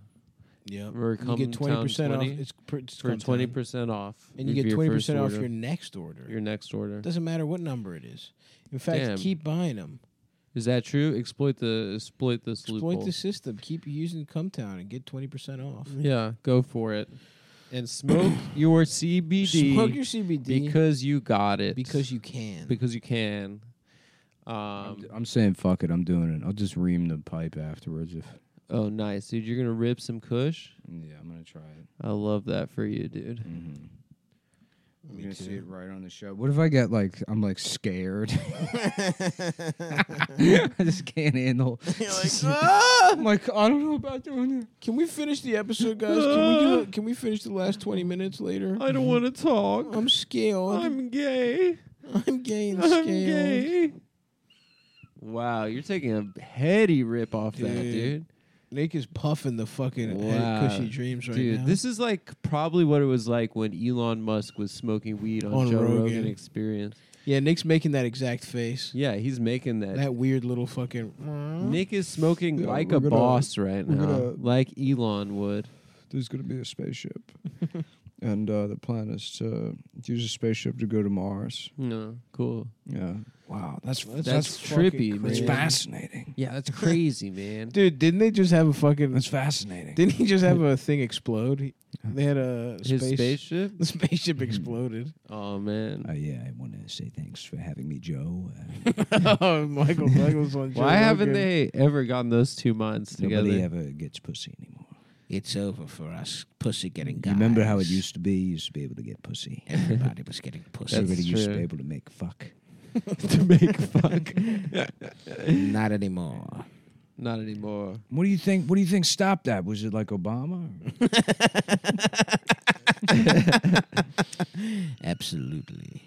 S1: yeah.
S3: or
S1: You get
S3: Cumtown
S1: twenty percent off.
S3: 20
S1: It's, pr- it's
S3: for
S1: come
S3: twenty
S1: time.
S3: percent off,
S1: and you
S3: if
S1: get
S3: your
S1: twenty
S3: first
S1: percent off
S3: order-
S1: your next order.
S3: your next order.
S1: Doesn't matter what number it is. In fact,
S3: Damn.
S1: keep buying them.
S3: Is that true? Exploit the exploit this
S1: Exploit
S3: loophole.
S1: the system. Keep using Cumtown and get twenty percent off.
S3: Yeah, go for it, and smoke your CBD
S1: Smoke your CBD because,
S3: because you got it
S1: you can.
S3: because you can.
S5: I'm,
S3: Um,
S5: d- I'm saying fuck it. I'm doing it. I'll just ream the pipe afterwards. If
S3: oh, nice, dude! You're gonna rip some Kush.
S5: yeah, I'm gonna try it.
S1: Mm.
S3: I love that for you, dude.
S5: I'm gonna see it right on the show. What if I get like I'm like scared? I just can't handle.
S4: "Ah!"
S5: I'm like I don't know about doing it.
S1: Can we finish the episode, guys? Can we do it? Can we finish the last twenty minutes later?
S3: I don't want to talk.
S1: I'm scared. I'm,
S3: I'm gay.
S1: gay and
S3: I'm
S1: scared.
S3: gay. Wow, you're taking a heady rip off that,
S1: Dude.
S3: dude.
S1: Nick is puffing the fucking
S3: Wow.
S1: cushy dreams right
S3: Dude,
S1: now.
S3: this is like probably what it was like when Elon Musk was smoking weed on,
S1: On
S3: Joe Rogan.
S1: Rogan.
S3: Experience.
S1: yeah, Nick's making that exact face.
S3: Yeah, he's making that.
S1: That weird little fucking.
S3: Nick is smoking
S2: Yeah,
S3: like
S2: we're
S3: a
S2: gonna-
S3: boss right
S2: we're
S3: now,
S2: gonna-
S3: like Elon would.
S2: There's gonna be a spaceship, and uh, the plan is to use a spaceship to go to Mars.
S3: No, cool.
S2: Yeah. Wow, that's
S1: That's,
S3: trippy,
S1: fucking
S3: man.
S2: that's
S1: crazy.
S2: fascinating.
S3: Yeah, that's crazy, man.
S1: Dude, didn't they just have a fucking?
S2: That's fascinating.
S1: Didn't he just have a thing explode? He- They had a
S3: His
S1: space.
S3: spaceship?
S1: The spaceship exploded.
S3: Oh man.
S4: Uh, yeah, I want to say thanks for having me, Joe. Uh,
S1: oh, Michael Douglas on. Joe
S3: Why haven't
S1: Rogan.
S3: they ever gotten those two minds together?
S4: Nobody ever gets pussy anymore.
S6: It's over for us pussy getting guys.
S4: You remember how it used to be? You used to be able to get pussy.
S6: Everybody was getting pussy.
S4: Everybody used to
S3: true.
S4: be able to make fuck.
S3: to make fuck.
S6: Not anymore.
S3: Not anymore.
S2: What do you think? What do you think stopped that? Was it like Obama?
S6: Absolutely.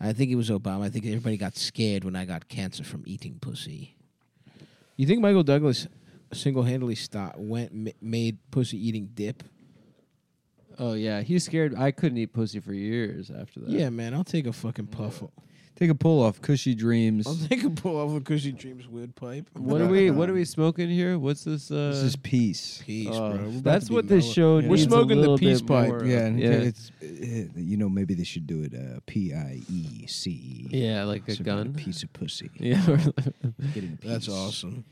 S6: I think it was Obama. I think everybody got scared when I got cancer from eating pussy.
S1: You think Michael Douglas single-handedly stopped, went ma- made pussy eating dip?
S3: Oh yeah, he's scared. I couldn't eat pussy for years after that.
S1: Yeah, man, I'll take a fucking puff.
S2: Take a pull off Cushy Dreams.
S1: I'll take a pull off a cushy dreams wood pipe.
S3: What are we? What are we smoking here? What's this? Uh,
S2: this is peace.
S1: Peace,
S3: uh,
S1: bro. We're about
S3: that's
S1: to be
S3: what this
S1: mellow.
S3: show.
S2: Yeah.
S1: We're
S3: needs a
S1: smoking the
S3: little
S1: peace
S3: bit
S1: pipe.
S3: more
S2: Yeah,
S3: of.
S2: and
S3: yeah,
S2: it's eh,
S4: Uh, you know, maybe they should do it uh, P I E C E.
S3: Yeah, like a
S4: It's about
S3: gun.
S4: piece of pussy.
S3: Yeah.
S4: Getting a
S1: That's
S4: piece.
S1: awesome.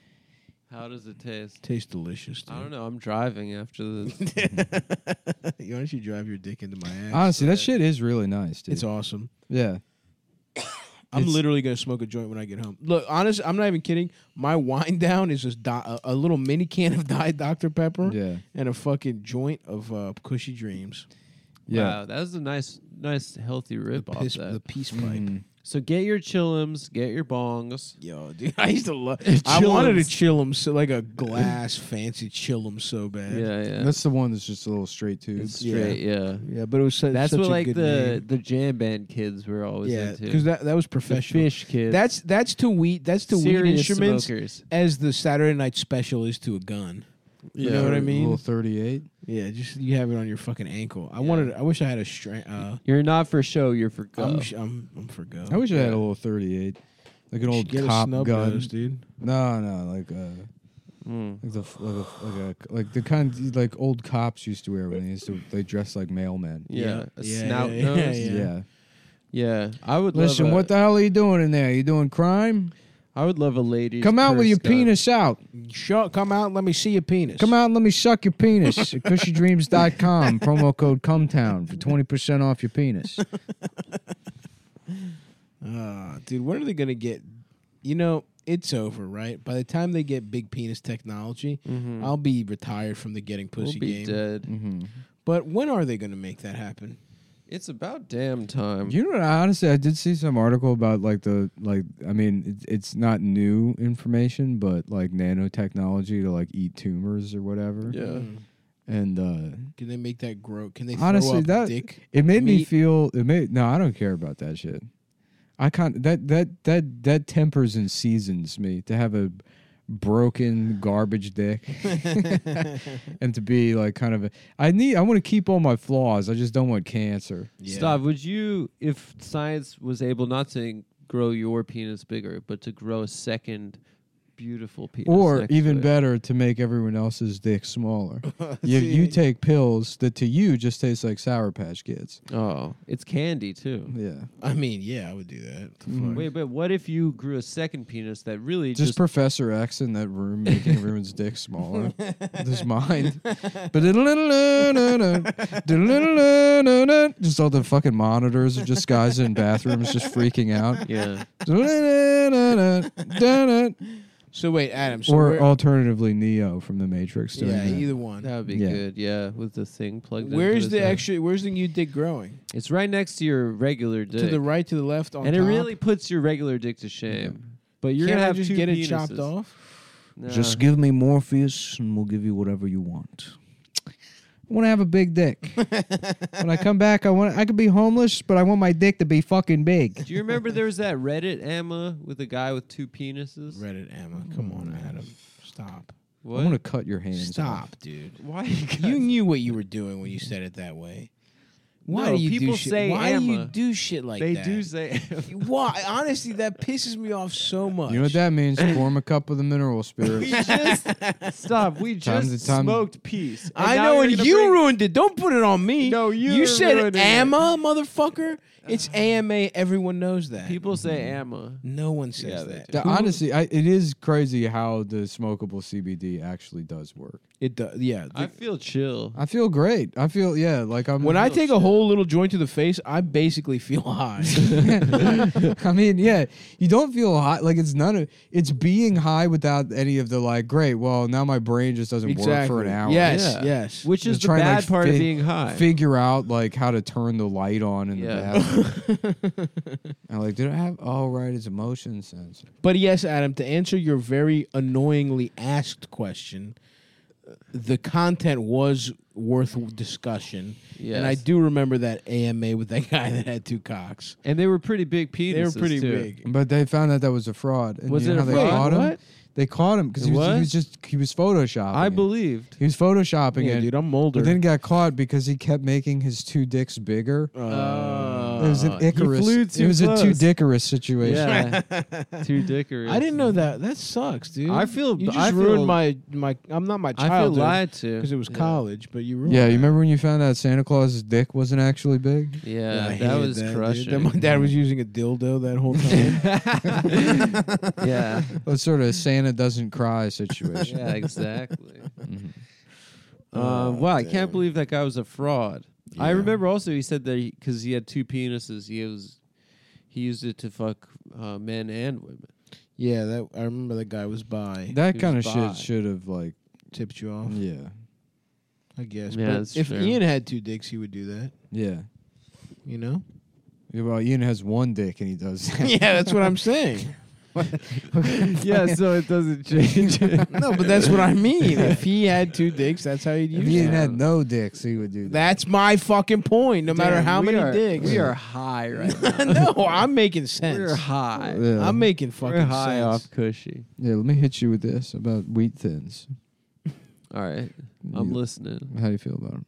S3: How does it taste?
S1: Tastes delicious. Dude.
S3: I don't know. I'm driving after this.
S1: Why don't you drive your dick into my ass?
S2: honestly that shit is really nice, dude.
S1: it's awesome.
S2: yeah,
S1: I'm
S2: It's-
S1: literally gonna smoke a joint when I get home. Look, honest, I'm not even kidding. My wind down is just di- a, a little mini can of Diet Dr Pepper
S2: yeah,
S1: and a fucking joint of uh, Cushy Dreams.
S2: yeah.
S3: Wow, that was a nice, nice, healthy rip off
S1: Piss-
S3: that. Mm.
S1: the peace pipe.
S3: so get your chillums, get your bongs.
S1: Yo, dude, I used to love. I wanted to chill them so like a glass fancy chill them so bad.
S3: Yeah, yeah.
S2: That's the one that's just a little straight tube.
S3: It's straight. Yeah.
S1: yeah, but it was such,
S3: That's
S1: such
S3: what
S1: a
S3: like
S1: good
S3: the
S1: name.
S3: the jam band kids were always
S1: yeah
S3: into.
S1: because that that was
S3: the
S1: professional.
S3: fish kids.
S1: That's that's to weed. That's to weed
S3: serious
S1: instruments
S3: smokers.
S1: as the Saturday night special is to a gun. You
S3: Yeah.
S1: know what I
S2: A little
S1: mean?
S2: thirty-eight.
S1: Yeah, just you have it on your fucking ankle. I wanted. I wish I had a string. Uh,
S3: You're not for show. You're for go.
S1: I'm, sh- I'm I'm for go.
S2: I wish I had a little thirty-eight, like an
S1: Should
S2: old
S1: get
S2: cop
S1: a snub
S2: gun.
S1: nose, dude.
S2: No, no, like uh,
S3: Mm.
S2: like the f- like a, like, a, like the kind you- like old cops used to wear when they used to they dress like mailmen.
S3: Yeah, a
S1: Yeah,
S3: snout
S1: yeah, yeah,
S3: nose. Yeah,
S1: yeah.
S3: I would
S2: Listen,
S3: Love a,
S2: what the hell are you doing in there? You doing crime?
S3: I would love a lady.
S2: Come out with your penis out.
S1: Show, come out. and Let me see your penis.
S2: Come out and let me suck your penis at cushydreams.com. Promo code Cumtown for 20% off your penis.
S1: Ah, dude, when are they gonna get? You know, it's over, right? By the time they get big penis technology,
S3: Mm-hmm.
S1: I'll be retired from the getting
S3: We'll
S1: pussy
S3: be
S1: game.
S3: dead.
S2: Mm-hmm.
S1: But when are they gonna make that happen?
S3: It's about damn time.
S2: You know what? Honestly, I did see some article about like the, like, I mean, it, it's not new information, but like nanotechnology to like eat tumors or whatever.
S3: yeah.
S1: Mm.
S2: And, uh,
S1: Can they make that grow? Can they
S2: Honestly,
S1: throw
S2: that-
S1: up dick?
S2: It made me
S1: Meat.
S2: feel. It made no. I don't care about that shit. I can't. That that that that tempers and seasons me to have a broken garbage dick and to be like kind of a. I need. I want to keep all my flaws. I just don't want cancer.
S3: Stav, would you, if science was able not to grow your penis bigger, but to grow a second beautiful penis,
S2: Or
S3: next to
S2: even
S3: it?
S2: better, to make everyone else's dick smaller. you, you take pills that to you just taste like Sour Patch Kids.
S3: Oh, it's candy too.
S2: Yeah,
S1: I mean, yeah, I would do that.
S3: Wait, but what if you grew a second penis that really
S2: just,
S3: just,
S2: Professor X in that room making everyone's dick smaller. His mind. Just all the fucking monitors are just guys in bathrooms just freaking out.
S3: yeah?
S1: So wait, Adam. So
S2: or
S1: where-
S2: alternatively Neo from the Matrix. doing
S1: yeah,
S2: that.
S1: either one.
S3: That would be
S2: Yeah.
S3: good. Yeah, with the thing plugged in.
S1: Where's the actually? Where's the new dick growing?
S3: It's right next to your regular dick.
S1: To the right, to the left, on
S3: and
S1: top.
S3: it really puts your regular dick to shame. But you're
S1: Can't
S3: gonna
S1: I
S3: have
S1: just
S3: two
S1: get
S3: penises.
S1: it chopped off.
S3: Nah.
S5: Just give me Morpheus and we'll give you whatever you want. I want to have a big dick. when I come back, I want I could be homeless, but I want my dick to be fucking big.
S3: Do you remember there was that Reddit Emma with a guy with two penises?
S1: Reddit, Emma. Come on, Adam. Stop.
S3: What?
S2: I want to cut your hands. off.
S1: Stop, dude.
S3: Why? you guys-
S1: You knew what you were doing when you said it that way. Why
S3: No,
S1: do you
S3: people
S1: do shit?
S3: say
S1: Why do you
S3: Emma.
S1: do shit like
S3: they
S1: that?
S3: do say.
S1: Why? Honestly, that pisses me off so much.
S2: You know what that means? Form a cup with a mineral spirit.
S3: Stop. We
S2: Time
S3: just
S2: to time-
S3: smoked peace. and
S1: I
S3: now
S1: know,
S3: you're
S1: and
S3: gonna
S1: you
S3: bring-
S1: ruined it. Don't put it on me.
S3: No, you
S1: You said
S3: ruined it.
S1: AMA, motherfucker. It's AMA. Everyone knows that.
S3: People say Emma.
S1: no one says
S3: Yeah, they
S1: that.
S3: do.
S2: The- honestly, I, it is crazy how the smokable CBD actually does work.
S1: It does. Yeah.
S3: I feel chill.
S2: I feel great. I feel yeah, like I'm.
S1: when I take a whole little joint to the face, I basically feel high.
S2: I mean, yeah, you don't feel high. Like it's none of. It's being high without any of the like. Great. Well, now my brain just doesn't work for an hour.
S1: Yes.
S3: Yeah.
S1: Yes.
S3: Which is
S2: And
S3: the
S2: try and,
S3: bad
S2: like,
S3: part of
S2: fi-
S3: being high.
S2: Figure out like how to turn the light on in
S3: Yeah.
S2: the bathroom. I'm like, did I have? Oh right, it's a motion sensor.
S1: But yes, Adam, to answer your very annoyingly asked question, the content was worth discussion. And I
S3: Yes.
S1: do remember that AMA with that guy that had two cocks.
S3: and they were pretty big penises.
S1: They were pretty
S3: too.
S1: big.
S2: But they found out that was a fraud. And
S3: Was
S2: you
S3: it
S2: know how
S3: a fraud?
S2: They caught him?
S3: What?
S2: They caught him because
S3: It
S2: he was,
S3: was?
S2: he was just he was photoshopping.
S3: I
S2: it.
S3: believed.
S2: He was photoshopping
S1: Yeah,
S2: it.
S1: dude, I'm older.
S2: But then got caught because he kept making his two dicks bigger.
S1: Uh,
S2: it was an
S3: he
S2: Icarus.
S3: Uh, flew too
S2: it was
S3: close.
S2: a two dickerous situation.
S3: Yeah. Two dickery.
S1: I didn't know that. That sucks, dude.
S3: I feel-
S1: you just
S3: I
S1: ruined
S3: feel-
S1: my my. I'm not my
S3: I feel
S1: childhood.
S3: lied to.
S1: because it was
S3: Yeah.
S1: college, but you ruined.
S2: Yeah,
S1: that.
S2: you remember when you found out Santa Claus's dick wasn't actually big?
S3: Yeah,
S1: I
S3: that
S1: hated
S3: was
S1: dude.
S3: crushing.
S1: That my dad was using a dildo that whole time.
S3: yeah.
S2: That sort of Santa doesn't cry situation.
S3: Yeah, exactly. Mm-hmm. Um, wow, I can't believe that guy was a fraud. I remember also he said that because he, had two penises, he was he used it to fuck uh, men and women.
S1: yeah, that I remember. That guy was by
S2: That
S3: He
S2: kind of
S3: was bi.
S2: shit should have like
S1: tipped you off.
S2: yeah.
S1: I guess.
S3: Yeah,
S1: but
S3: that's
S1: if
S3: fair.
S1: Ian had two dicks, he would do that.
S2: Yeah.
S1: You know.
S2: Yeah, Well, Ian has one dick and he does that.
S1: yeah, that's what I'm saying.
S3: yeah, so it doesn't change. it.
S1: No, but that's what I mean. If he had two dicks, that's how he'd
S2: If
S1: use
S2: Ian
S1: it.
S2: had no dicks, he would do that.
S1: That's my fucking point. No matter
S3: Damn,
S1: how
S3: we
S1: many
S3: are-
S1: dicks,
S3: we are high right now.
S1: no, I'm making sense.
S3: We're high.
S2: Yeah.
S1: I'm making fucking
S3: We're high
S1: sense.
S3: off cushy.
S2: yeah, let me hit you with this about wheat thins.
S3: All right, I'm
S2: You-
S3: listening.
S2: How do you feel about them?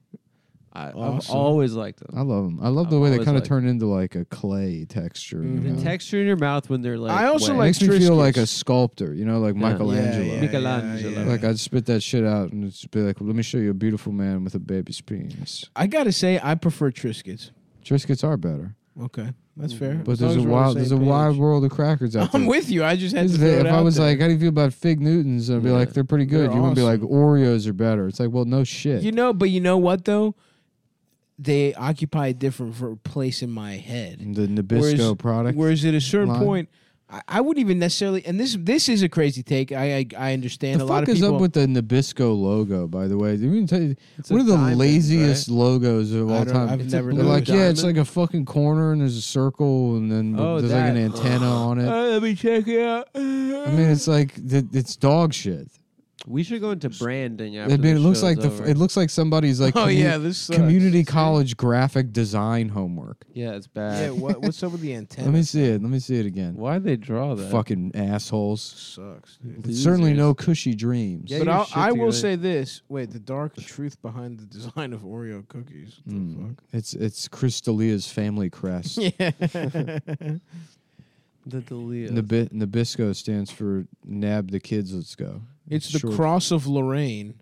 S3: I, I've
S1: Awesome.
S3: always liked them.
S2: I love them. I love
S3: I've
S2: the way they
S3: always
S2: kind of
S3: liked
S2: turn into like a clay texture. you
S1: Mhm.
S2: know?
S3: The texture in your mouth when they're like.
S1: I also
S3: wet.
S2: It makes
S1: like
S2: me feel
S1: Triscuits.
S2: like a sculptor, you know, like
S3: Yeah.
S2: Michelangelo.
S1: Yeah, yeah,
S3: Michelangelo.
S1: yeah, yeah.
S2: Like I'd spit that shit out and it'd be like, "Let me show you a beautiful man with a baby's penis."
S1: I gotta say, I prefer Triscuits.
S2: Triscuits are better,
S1: Okay, that's
S3: Mm-hmm.
S1: fair.
S2: but
S1: As long
S2: there's a
S1: as we're on the
S2: wild,
S1: same
S2: there's a
S1: page.
S2: wide world of crackers out
S1: I'm
S2: there.
S1: with you. I just had
S2: Is
S1: to.
S2: they-
S1: Throw it
S2: if I
S1: out
S2: was
S1: there.
S2: like, "How do you feel about Fig Newtons?" I'd be like, "They're pretty good."
S1: They're
S2: you wouldn't be
S1: awesome.
S2: like, "Oreos are better." It's like, well, no shit.
S1: you know, but you know what though, they occupy a different ver- place in my head.
S2: the Nabisco product.
S1: Whereas at a certain
S2: line.
S1: point, I, I wouldn't even necessarily. And this this is a crazy take. I I, I understand
S2: the
S1: a
S2: fuck
S1: lot of
S2: is
S1: people.
S2: up with the Nabisco logo? By the way, Did we even tell you-
S3: It's
S2: one
S3: a
S2: of the
S3: diamond,
S2: laziest logos of
S1: I
S2: all
S1: don't-
S2: time.
S1: I've never
S2: They're
S1: known
S2: like,
S1: that.
S2: yeah, it's like a fucking corner and there's a circle and then
S3: Oh,
S2: there's like an
S3: that.
S2: antenna on
S1: Uh,
S2: it.
S3: let me check it out.
S2: I mean, it's like th- it's dog shit.
S3: We should go into branding after
S2: I mean, it
S3: this
S2: looks
S3: show's
S2: like the f-
S3: over.
S2: it looks like somebody's like
S1: oh
S2: commu-
S1: yeah, this sucks.
S2: community college graphic design homework.
S3: yeah, it's
S1: Yeah,
S3: bad.
S1: what, what's up with the antenna?
S2: Let me see it. Let me see it again.
S3: Why they draw that?
S2: Fucking assholes.
S1: sucks. Dude.
S2: It's certainly
S3: Losers.
S2: no cushy dreams.
S3: Yeah,
S1: but
S3: your
S1: I'll,
S3: shit
S1: I will
S3: together.
S1: say this: wait, the dark truth behind the design of Oreo cookies. What the
S2: Mm. It's it's Crystalia's family crest.
S1: fuck? Yeah.
S3: The Delia.
S2: Nabi- Nabisco stands for Nab the Kids Let's Go.
S1: It's the
S2: Short-
S1: cross of Lorraine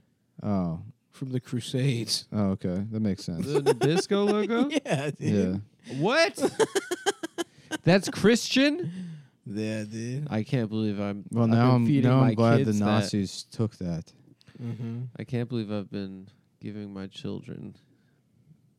S2: Oh,
S1: from the Crusades.
S2: oh, okay, that makes sense.
S3: the Nabisco logo?
S1: Yeah,
S2: yeah,
S3: What? That's Christian?
S1: Yeah, dude.
S3: I can't believe I'm.
S2: Well,
S3: I've
S2: now
S3: been
S2: I'm
S3: feeding
S2: now
S3: my
S2: I'm glad the
S3: kids that.
S2: Nazis took that.
S1: Mm-hmm.
S3: I can't believe I've been giving my children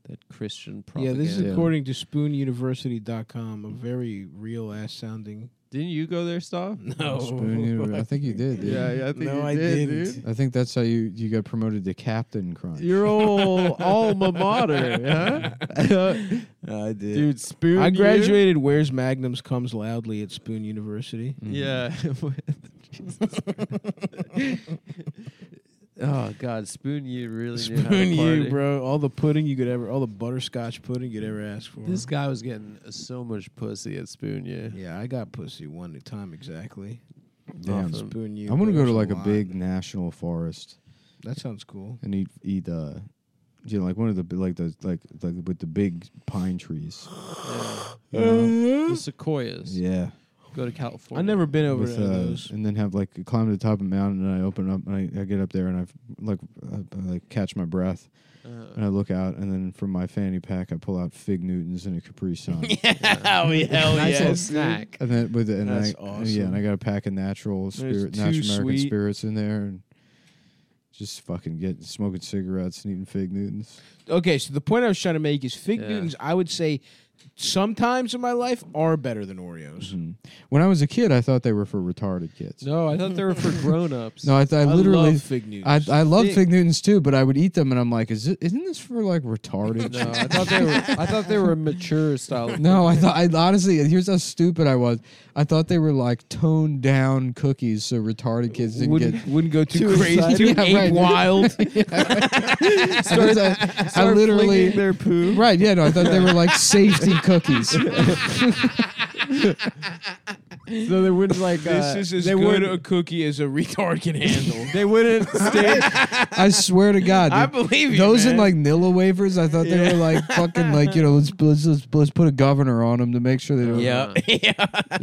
S3: that Christian
S1: Yeah,
S3: propaganda.
S1: this is
S2: Yeah.
S1: according to SpoonUniversity.com, a very real ass sounding.
S3: Didn't you go there, Stav?
S1: No,
S2: Spoon Univer- I think you did. Dude.
S3: Yeah, yeah, I think
S1: No,
S3: you
S1: I
S3: did,
S1: didn't.
S3: dude.
S2: I think that's how you, you got promoted to captain. Crunch.
S3: Your old alma mater, huh?
S1: I did.
S3: dude. Spoon.
S1: I
S3: year?
S1: graduated. Where's Magnums comes loudly at Spoon University.
S2: Mm.
S3: Yeah. oh God, Spoon you really knew how to
S1: Spoon you,
S3: party.
S1: bro. All the pudding you could ever, all the butterscotch pudding you'd ever ask for.
S3: This guy was getting so much pussy at Spoon you.
S1: yeah, I got pussy one time exactly.
S2: Damn.
S1: Off Spoon you.
S2: I'm gonna
S1: but it
S2: go
S1: was
S2: to like a,
S1: lot.
S2: big national forest
S1: That sounds cool.
S2: and eat eat uh, you know, like one of the bi- like the like like with the big pine trees. You know?
S3: The sequoias.
S2: Yeah.
S3: Go to California.
S1: I never been over
S2: with,
S1: to
S2: uh,
S1: those.
S2: and then have like climb to the top of a mountain and I open up and I, I get up there and I've like I, I, like catch my breath and I look out and then from my fanny pack I pull out fig Newtons and a Capri Sun
S6: Oh, hell
S3: Nice little snack.
S2: and then with the, and
S1: That's
S2: I, yeah and I got a pack of natural spirit natural
S3: two
S2: American
S3: sweet-
S2: spirits in there and just fucking get smoking cigarettes and eating fig Newtons.
S1: Okay, so the point I was trying to make is fig
S3: Yeah.
S1: Newtons. I would say sometimes in my life are better than Oreos.
S2: When I was a kid, I thought they were for retarded kids.
S3: No, I thought they were for grown-ups.
S2: No, I, th- I literally.
S1: love fig
S2: I,
S1: Newtons.
S2: I love
S3: Fig-
S2: fig Newtons too, but I would eat them and I'm like, is it, isn't this for like retarded?
S3: No, I thought they were. I thought they were mature style.
S2: No, I thought I honestly here's how stupid I was. I thought they were like toned down cookies so retarded kids didn't
S1: wouldn't
S2: get
S1: wouldn't go too, crazy,
S2: excited.
S1: too
S2: Yeah,
S1: ape
S2: right.
S1: wild.
S2: Start, I, literally
S3: flinging their poo.
S2: Right, yeah, no, I thought they were like safety cookies.
S3: So they wouldn't like. uh,
S1: this is as
S3: they
S1: good
S3: would.
S1: a cookie as a retard can handle.
S3: They wouldn't stay.
S2: I swear to God.
S1: I
S2: dude.
S1: believe you.
S2: Those
S1: man.
S2: and like Nilla wafers, I thought they were like fucking like you know let's let's let's, let's put a governor on them to make sure they don't.
S3: You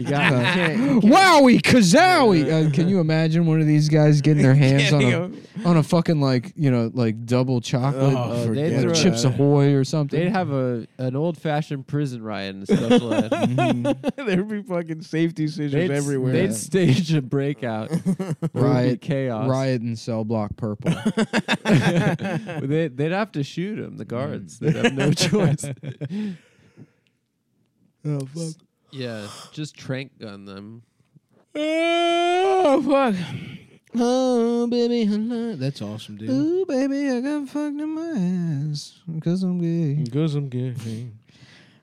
S3: got
S2: Uh, Wowie, kazowie! Uh, can you imagine one of these guys getting their hands on a, on a fucking like you know like double chocolate
S1: Oh,
S2: uh,
S3: forget
S2: like
S3: it.
S2: chips ahoy or
S3: They'd
S2: something?
S3: have a an old fashioned prison riot and special ed.
S1: there'd be fucking safety scissors
S3: they'd,
S1: everywhere.
S3: They'd stage a breakout.
S2: Riot,
S3: chaos.
S2: riot, and cell block purple.
S3: they, they'd have to shoot him.
S2: Mm.
S3: The guards. They'd have no choice.
S2: oh fuck!
S3: yeah, just trank gun them.
S1: oh fuck. Oh baby, hello. that's awesome, dude.
S2: Ooh baby, I got fucked in my ass because I'm gay.
S1: Because I'm good.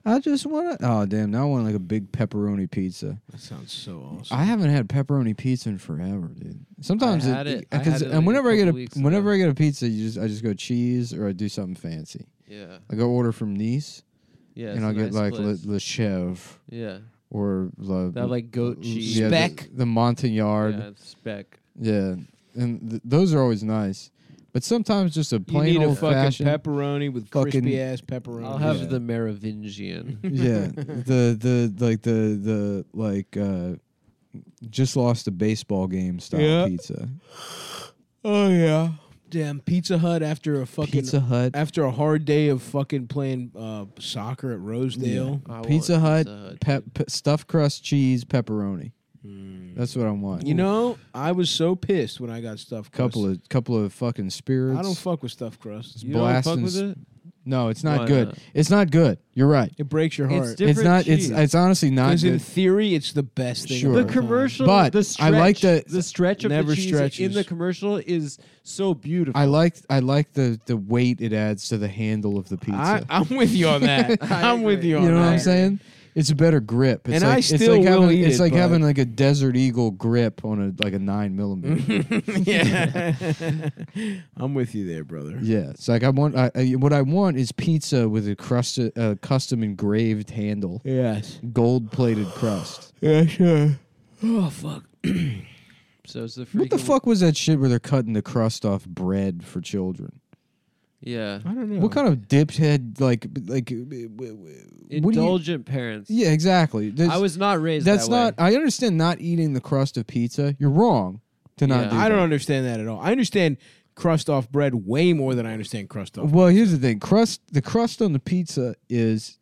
S2: I just want to. Oh damn! Now I want like a big pepperoni pizza.
S1: That sounds so awesome.
S2: I haven't had pepperoni pizza in forever, dude. Sometimes
S3: had it- I
S2: 'cause-
S3: had it like
S2: and
S3: a
S2: whenever I get
S3: couple
S2: a
S3: weeks ago.
S2: whenever I get a pizza, you just I just go cheese or I do something fancy.
S3: Yeah,
S2: I go order from Nice,
S3: yeah. it's
S2: and
S3: a
S2: I'll get
S3: nice
S2: like le,
S3: place.
S2: le Chèvre
S3: yeah,
S2: or le,
S3: that like goat cheese.
S2: yeah, the-
S1: Speck.
S2: the, Montagnard.
S3: Yeah, speck.
S2: Yeah, and th- those are always nice. But sometimes just a
S1: You
S2: plain
S1: need a
S2: old
S1: fucking
S2: fashioned.
S1: pepperoni with
S2: fucking-
S1: crispy ass pepperoni.
S3: I'll have
S2: Yeah.
S3: the Merovingian.
S2: yeah, the the like the the like uh, just lost a baseball game style
S1: Yeah.
S2: pizza.
S1: Oh yeah. Damn Pizza Hut after a fucking
S2: Pizza Hut.
S1: after a hard day of fucking playing uh, soccer at Rosedale.
S3: I want
S2: Pizza Hut,
S3: Pizza Hut,
S2: pep, pe- stuffed crust, cheese, pepperoni. That's what I want.
S1: Hmm. You know, I was so pissed when I got stuffed crust.
S2: couple of couple of fucking spirits.
S1: I don't fuck with stuffed crust.
S3: You don't fuck
S2: blasting
S3: with
S2: s-
S3: it.
S2: no, it's not
S3: Why
S2: good.
S3: not?
S2: It's not good. You're right.
S1: It breaks your
S3: It's
S1: heart.
S3: different
S2: it's not.
S3: cheese.
S2: It's it's honestly not
S1: Because in
S2: good.
S1: theory, it's the best thing.
S2: Sure.
S1: of
S3: the
S1: all time.
S3: commercial,
S2: But
S3: the
S2: I
S3: stretch,
S2: like the-
S3: the stretch of
S1: Never
S3: the cheese in
S1: stretches.
S3: the commercial is so beautiful.
S2: I like I like the the weight it adds to the handle of the pizza.
S1: I, I'm with you on that. I'm with you
S2: you
S1: on
S2: know
S1: that.
S2: what I'm saying? It's a better grip. It's
S1: And
S2: like,
S1: I
S2: it's
S1: still
S2: like
S1: will
S2: having,
S1: eat
S2: It's
S1: it,
S2: like
S1: but-
S2: having like a Desert Eagle grip on a like a nine millimeter.
S1: yeah. I'm with you there, brother.
S2: yeah, it's like I want. I, I, what I want is pizza with a crust, uh, custom engraved handle,
S1: Yes.
S2: gold plated crust.
S1: Yeah, sure. Oh, fuck.
S3: so it's the freaking
S2: What the fuck was that shit where they're cutting the crust off bread for children?
S3: Yeah,
S1: I don't know.
S2: What kind of diphead like like? w- w- What do you,
S3: indulgent parents.
S2: yeah, exactly. That's,
S3: I was not raised.
S2: that's
S3: that way.
S2: not. I understand not eating the crust of pizza. You're wrong to not.
S3: Yeah.
S2: do
S1: I don't
S2: that.
S1: understand that at all. I understand crust off bread way more than I understand crust off.
S2: Well, here's the thing: crust. The crust on the pizza is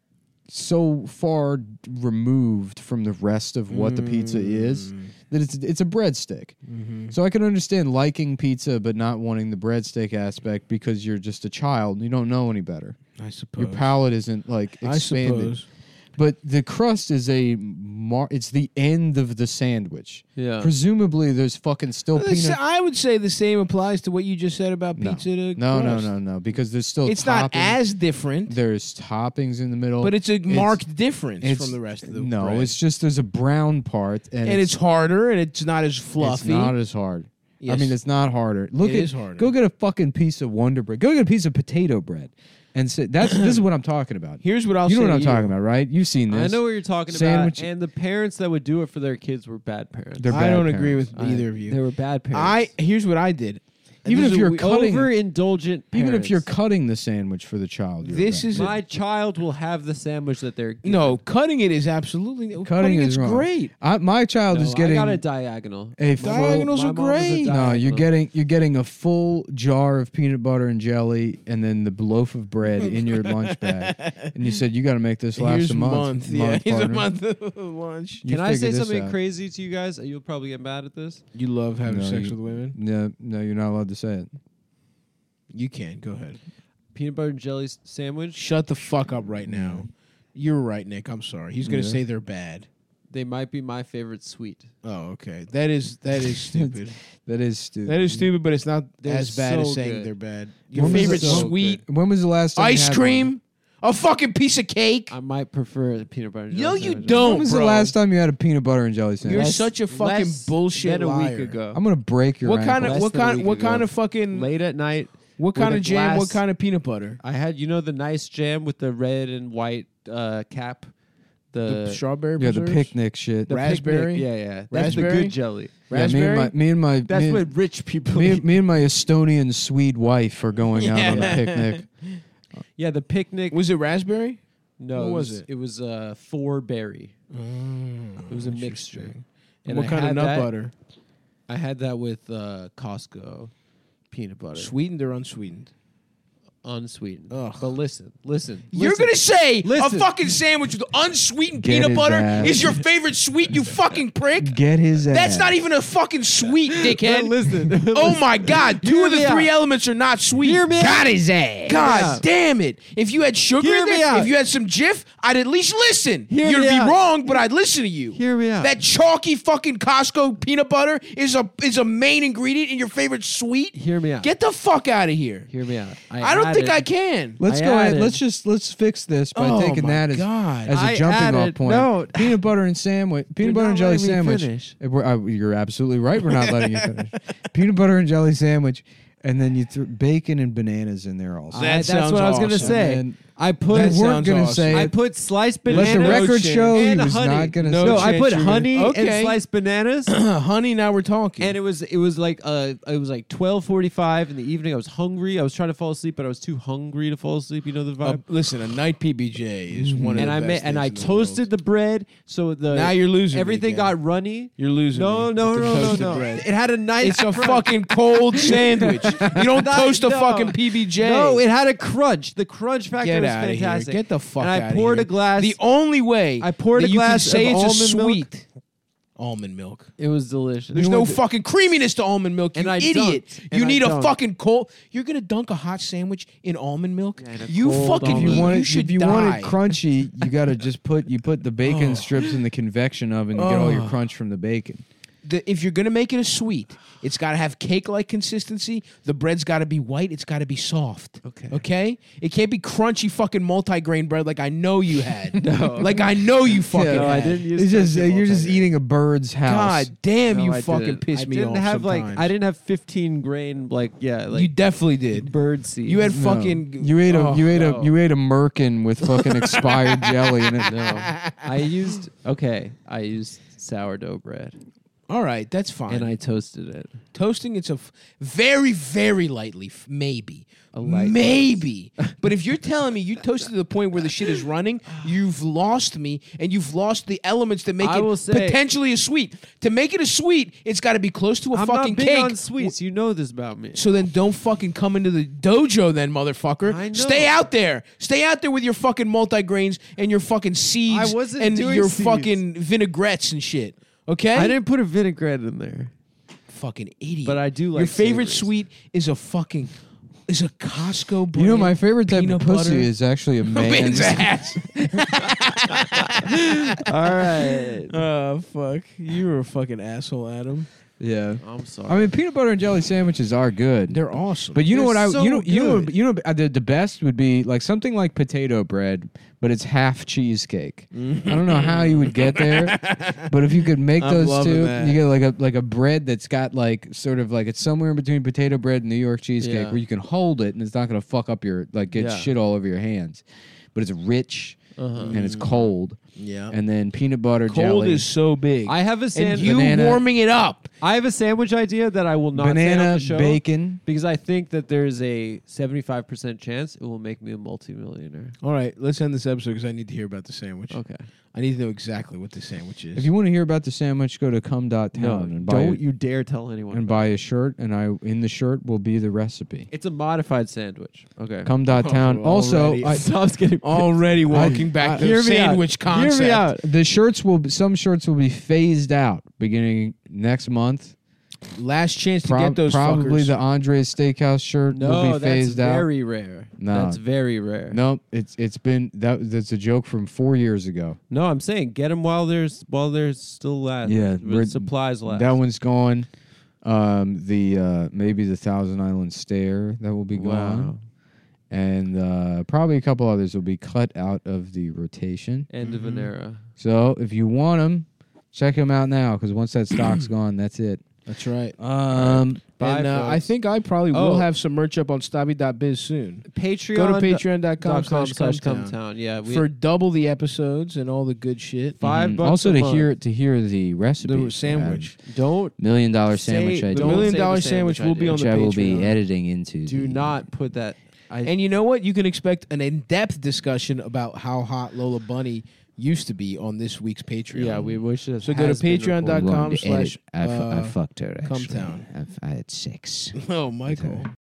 S3: Mm.
S2: so far removed from the rest of what the pizza is that it's it's a breadstick.
S3: Mm-hmm.
S2: So I can understand liking pizza but not wanting the breadstick aspect because you're just a child. and You don't know any better.
S1: I suppose.
S2: Your palate isn't like
S1: I
S2: expanded.
S1: suppose.
S2: But the crust is a mar- it's the end of the sandwich.
S3: Yeah.
S2: Presumably there's fucking still
S1: The sa-
S2: peanut
S1: I would say the same applies to what you just said about
S2: no.
S1: pizza to
S2: no, no,
S1: crust.
S2: no, no, because there's still
S1: It's not
S2: topping-
S1: as different,
S2: there's toppings in the middle,
S1: but it's a marked difference
S2: it's-
S1: from the rest of the
S2: no.
S1: bread.
S2: It's just there's a brown part, and,
S1: and it's, harder and it's not as
S2: it's
S1: fluffy.
S2: not as hard. I
S1: Yes.
S2: mean, it's not harder. Look,
S1: It
S2: at,
S1: is harder.
S2: Go get a fucking piece of Wonder Bread. Go get a piece of potato bread, and say, that's this is what I'm talking about.
S1: Here's what I'll
S2: you know
S1: say
S2: what I'm
S1: to you.
S2: talking about, right? You've seen
S3: I
S2: this.
S3: know what you're talking
S2: Sandwich-
S3: about. And the parents that would do it for their kids were bad parents.
S2: They're
S1: I
S2: bad
S1: don't agree
S2: parents.
S1: with either of
S3: They
S1: you.
S3: were bad
S1: I
S3: parents.
S1: here's what I did. And
S2: Even if
S1: this is
S2: you're
S1: we-
S2: cutting-
S3: overindulgent.
S2: Even if you're
S3: parents.
S2: cutting the sandwich for the child, you're
S1: This
S2: right.
S1: is
S3: my child will have the sandwich that they're given.
S1: no cutting it is absolutely cutting,
S2: cutting
S1: it's
S2: is wrong.
S1: great.
S2: I, my child
S3: No,
S2: is getting
S3: I got a diagonal.
S2: a full-
S1: Diagonals
S3: my
S1: are
S3: mom was a
S1: great.
S2: No, you're
S3: diagonal.
S2: getting you're getting a full jar of peanut butter and jelly, and then the loaf of bread in your lunch bag. And you said you got to make this last
S1: Here's
S2: a month.
S1: yeah, here's a
S2: partner.
S1: month of lunch.
S2: You
S3: Can I
S2: figure
S3: say
S2: this
S3: something
S2: out.
S3: crazy to you guys? You'll probably get mad at this.
S1: You love having
S2: No,
S1: sex
S2: you-
S1: with women.
S2: No, no, you're not allowed to say it.
S1: You can go ahead.
S3: Peanut butter and jelly s- sandwich.
S1: Shut the fuck up right now. You're right, Nick. I'm sorry. He's gonna
S2: Yeah.
S1: say they're bad.
S3: They might be my favorite sweet.
S1: Oh, okay. That is that is stupid.
S2: That is stupid.
S1: that is stupid, but it's not
S3: They're
S1: as bad as
S3: so
S1: saying
S3: good.
S1: they're bad. Your
S2: When was
S1: favorite
S2: it so
S1: sweet
S2: When was the last time you
S1: ice
S2: had
S1: cream, a fucking piece of cake.
S3: I might prefer the peanut butter. And
S1: No,
S3: jelly
S1: you
S3: sandwich.
S2: One?
S1: don't.
S2: When was the
S1: bro.
S2: last time you had a peanut butter and jelly sandwich?
S1: You're such a fucking
S3: Less
S1: bullshit
S3: than a
S1: liar.
S3: week ago.
S2: I'm gonna break your.
S1: What kind
S2: ankle.
S1: of
S3: Less
S1: what
S3: than a
S1: kind
S3: week
S1: what
S3: ago.
S1: kind of fucking
S3: late at night.
S1: what
S3: with
S1: kind
S3: a
S1: of jam? What
S3: glass-
S1: kind of peanut butter?
S3: I had you know the nice jam with the red and white uh, cap. The,
S1: the strawberry.
S2: yeah, the
S1: preserves?
S2: picnic shit.
S1: The
S3: picnic-
S1: raspberry?
S3: Yeah, yeah. That's the
S1: Raspberry?
S3: good jelly.
S2: yeah, me and my
S1: raspberry?
S2: me and my
S3: That's
S2: me, and-
S3: what rich people.
S2: me,
S3: eat.
S2: and- me and my Estonian Swede wife are going out on a
S1: Yeah.
S2: picnic.
S3: yeah, the picnic.
S1: Was it raspberry?
S3: no,
S1: what
S3: it
S1: was
S3: was
S1: it?
S3: It was uh, four berry. it was a mixture. And
S1: what
S3: I
S1: kind of
S3: had
S1: nut
S3: that-
S1: butter?
S3: I had that with uh, Costco peanut butter,
S1: Sweetened or unsweetened?
S3: unsweetened.
S1: Ugh.
S3: But listen, listen.
S1: You're
S3: listen.
S1: gonna say
S3: Listen.
S1: a fucking sandwich with unsweetened
S2: Get
S1: peanut
S2: his
S1: butter
S2: ass.
S1: is your favorite sweet, you fucking prick?
S2: Get his ass.
S1: That's not even a fucking sweet, dickhead.
S3: listen.
S1: Oh my God! Two
S3: Hear
S1: of the
S3: me
S1: three
S3: out.
S1: elements are not sweet. Hear me God, his ass. God damn it! If you had sugar,
S3: Hear
S1: in
S3: me
S1: there,
S3: out.
S1: if you had some Jif, I'd at least listen.
S3: Hear
S1: You'd
S3: me
S1: be
S3: out.
S1: wrong, but I'd listen to you.
S3: Hear me out.
S1: That chalky fucking Costco peanut butter is a is a main ingredient in your favorite sweet.
S3: Hear me out.
S1: Get the fuck out of here.
S3: Hear me out.
S1: I don't think
S3: added-
S1: I can.
S2: Let's
S3: I
S2: go ahead.
S3: added-
S2: Let's just let's fix this by
S1: Oh
S2: taking
S1: my
S2: that as,
S1: God.
S2: as a
S3: I
S2: jumping off
S3: added-
S2: point.
S3: no.
S2: peanut butter and sandwich. Peanut
S3: You're
S2: butter
S3: not
S2: and jelly
S3: letting me
S2: sandwich.
S3: finish.
S2: Uh, we're- I- you're absolutely right. We're not letting you finish. Peanut butter and jelly sandwich, and then you threw bacon and bananas in there also.
S1: That
S3: I- that's
S1: sounds
S3: what I was gonna
S1: awesome.
S3: say.
S2: And
S3: I put.
S2: you weren't
S1: sounds
S2: gonna
S1: awesome.
S2: say
S3: I
S2: it.
S3: put sliced
S2: Let
S3: bananas.
S2: the record
S1: chance.
S2: show he
S3: and
S2: was
S3: honey.
S2: not gonna.
S3: No,
S2: say
S3: I
S2: it.
S3: put
S1: you're gonna-
S3: honey
S1: Okay.
S3: and sliced bananas.
S1: honey, now we're talking.
S3: and it was it was like uh it was like twelve forty five in the evening. I was hungry. I was trying to fall asleep, but I was too hungry to fall asleep. You know the
S1: Uh,
S3: vibe.
S1: listen, a night PBJ is one of
S3: and
S1: the
S3: I
S1: best
S3: made and
S1: things
S3: I
S1: in the
S3: toasted
S1: world.
S3: the bread, so the
S1: Now you're losing me
S3: Everything
S1: again.
S3: got runny.
S1: You're losing.
S3: No,
S1: me
S3: no,
S1: with the
S3: no, no,
S1: toasted
S3: no.
S1: bread.
S3: It had a nice.
S1: It's a fucking cold sandwich. You don't
S3: Not-
S1: toast a
S3: no.
S1: fucking PBJ.
S3: No, it had a crunch. The crunch factor
S1: Get
S3: was
S1: out of here.
S3: fantastic.
S1: Get the fuck
S3: And
S1: out
S3: I poured
S1: here.
S3: a glass.
S1: The only way
S3: I poured
S1: that
S3: a
S1: you can
S3: glass
S1: say
S3: of
S1: it's a
S3: almond milk.
S1: sweet almond milk.
S3: it was delicious.
S1: There's no fucking creaminess to almond milk, you
S3: And I
S1: idiot.
S3: dunked.
S1: You
S3: And I
S1: need a
S3: dunked.
S1: fucking cold. You're gonna dunk a hot sandwich in almond milk.
S3: and a
S1: you
S3: cold
S1: fucking.
S2: If you
S3: almond.
S2: want
S1: you
S2: it,
S1: should
S2: if you
S1: die.
S2: want it crunchy, you gotta just put you put the bacon strips in the convection oven. You get all your
S1: Oh.
S2: crunch from the bacon.
S1: the, if you're gonna make it a sweet, it's gotta have cake-like consistency. The bread's gotta be white. It's gotta be soft.
S3: Okay.
S1: Okay. It can't be crunchy fucking multi-grain bread like I know you had. no. Like I know you fucking.
S3: No, I
S1: had.
S3: didn't use.
S2: It's just uh,
S3: crunchy
S2: you're just
S3: multigrain.
S2: eating a bird's house.
S1: God damn,
S3: No,
S1: you
S3: I
S1: fucking
S3: didn't.
S1: pissed
S3: I
S1: me off.
S3: didn't have like
S1: sometimes.
S3: I didn't have fifteen grain like yeah
S1: you
S3: like
S1: definitely did.
S3: bird seed.
S1: You had
S2: No.
S1: fucking.
S2: You ate a
S1: oh,
S2: you ate
S3: no.
S2: a you ate a merkin with fucking expired jelly in it. No.
S3: I used okay. I used sourdough bread
S1: All right, that's fine.
S3: and I toasted it.
S1: toasting it's a f- very very lightly f- maybe
S3: A light
S1: maybe but if you're telling me you toasted to the point where the shit is running you've lost me and you've lost the elements that make
S3: I
S1: it
S3: will say-
S1: potentially a sweet to make it a sweet it's got to be close to a
S3: I'm
S1: fucking
S3: not big
S1: cake
S3: on sweets. You know this about me.
S1: so then don't fucking come into the dojo then motherfucker
S3: I know.
S1: stay out there stay out there with your fucking multigrains and your fucking seeds
S3: I wasn't
S1: and
S3: doing
S1: your
S3: seeds.
S1: fucking vinaigrettes and shit Okay?
S3: I didn't put a vinaigrette in there,
S6: Fucking idiot.
S3: but I do like
S6: Your favorite
S3: savories.
S6: sweet is a fucking is a Costco brand.
S2: You know, my favorite type of
S6: peanut
S2: pussy
S6: butter.
S2: is actually a man's.
S6: man's ass.
S3: All right.
S1: Oh, fuck. You were a fucking asshole, Adam.
S2: yeah.
S1: Oh.
S3: I'm sorry.
S2: I mean, peanut butter and jelly sandwiches are good.
S6: They're awesome.
S2: But you know
S3: They're
S2: what I
S3: so
S2: you know you know
S3: good.
S2: you know uh, the, the best would be like something like potato bread, but it's half cheesecake. I don't know how you would get there, but if you could make
S3: Mm. I'm
S2: those
S3: loving
S2: two,
S3: that.
S2: you get like a like a bread that's got like sort of like it's somewhere in between potato bread and New York cheesecake,
S3: Yeah.
S2: where you can hold it and it's not gonna fuck up your like get
S3: Yeah.
S2: shit all over your hands, but it's rich
S3: Uh-huh.
S2: and it's cold,
S6: yeah.
S2: and then peanut butter
S1: Cold
S2: jelly.
S1: is so big.
S3: I have a
S6: And
S3: sand.
S6: you
S2: Banana.
S6: warming it up.
S3: I have a sandwich idea that I will not say on
S2: banana
S3: the show
S2: bacon.
S3: because I think that there is a 75% chance it will make me a multimillionaire.
S1: All right, let's end this episode because I need to hear about the sandwich.
S3: Okay.
S1: I need to know exactly what the sandwich is.
S2: If you want to hear about the sandwich, go to cum.town
S3: No,
S2: and buy
S3: don't
S2: it.
S3: you dare tell anyone.
S2: and
S3: about
S2: buy a shirt, and I in the shirt will be the recipe.
S3: it. it's a modified sandwich. Okay.
S2: Come dot town. also,
S1: already.
S2: I, Oh,
S3: Tom's getting
S1: already walking
S2: I-
S1: back
S2: I-
S1: the
S2: hear me out.
S1: sandwich concept.
S2: Hear me out. The shirts will be, some shirts will be phased out beginning next month.
S1: Last chance to
S2: Prob-
S1: get those
S2: probably
S1: fuckers.
S2: the Andre's Steakhouse shirt will
S3: No,
S2: be
S3: that's
S2: phased out.
S3: very rare.
S2: No.
S3: That's very rare.
S2: nope, it's it's been that that's a joke from four years ago.
S3: No, I'm saying get them while there's while there's still last.
S2: Yeah,
S3: when
S2: we're-
S3: supplies last.
S2: That one's gone. Um, the uh, maybe the Thousand Island Stair that will be gone,
S3: Wow.
S2: and uh, probably a couple others will be cut out of the rotation.
S3: End of an era.
S2: So if you want them, check them out now because once that stock's gone, that's it.
S1: That's right.
S2: Um,
S3: Bye,
S1: and uh, I
S3: folks.
S1: think I probably will
S3: Oh.
S1: have some merch up on stabby.biz soon.
S3: Patreon.
S1: Go to
S3: dot
S1: patreon.com
S3: com
S1: slash
S3: slash
S1: Cumtown
S3: Cumtown. Yeah, we
S1: for double the episodes and all the good shit. Mm-hmm.
S3: five bucks.
S2: also
S3: a
S2: to
S3: month.
S2: hear to hear the recipe, uh,
S1: The sandwich.
S3: Don't
S2: million dollar
S3: Say
S2: sandwich
S3: the
S2: idea,
S1: The
S3: Don't
S1: million
S3: say the
S1: dollar
S3: sandwich
S1: sandwich will be
S3: idea.
S1: on
S2: which
S1: the
S2: I will
S1: Patreon.
S2: be editing into.
S3: do
S2: the-
S3: not put that. I
S1: Mm-hmm. And you know what? You can expect an in-depth discussion about how hot Lola Bunny used to be on this week's Patreon.
S3: yeah, we wish it.
S1: So go to
S3: has been
S1: patreon.com.
S3: recorded.
S1: com
S5: Wanted to edit.
S1: slash,
S5: I, fu- I
S1: uh,
S5: fucked her. Actually,
S1: Cumtown.
S5: I, f- I had sex.
S1: Oh, Michael.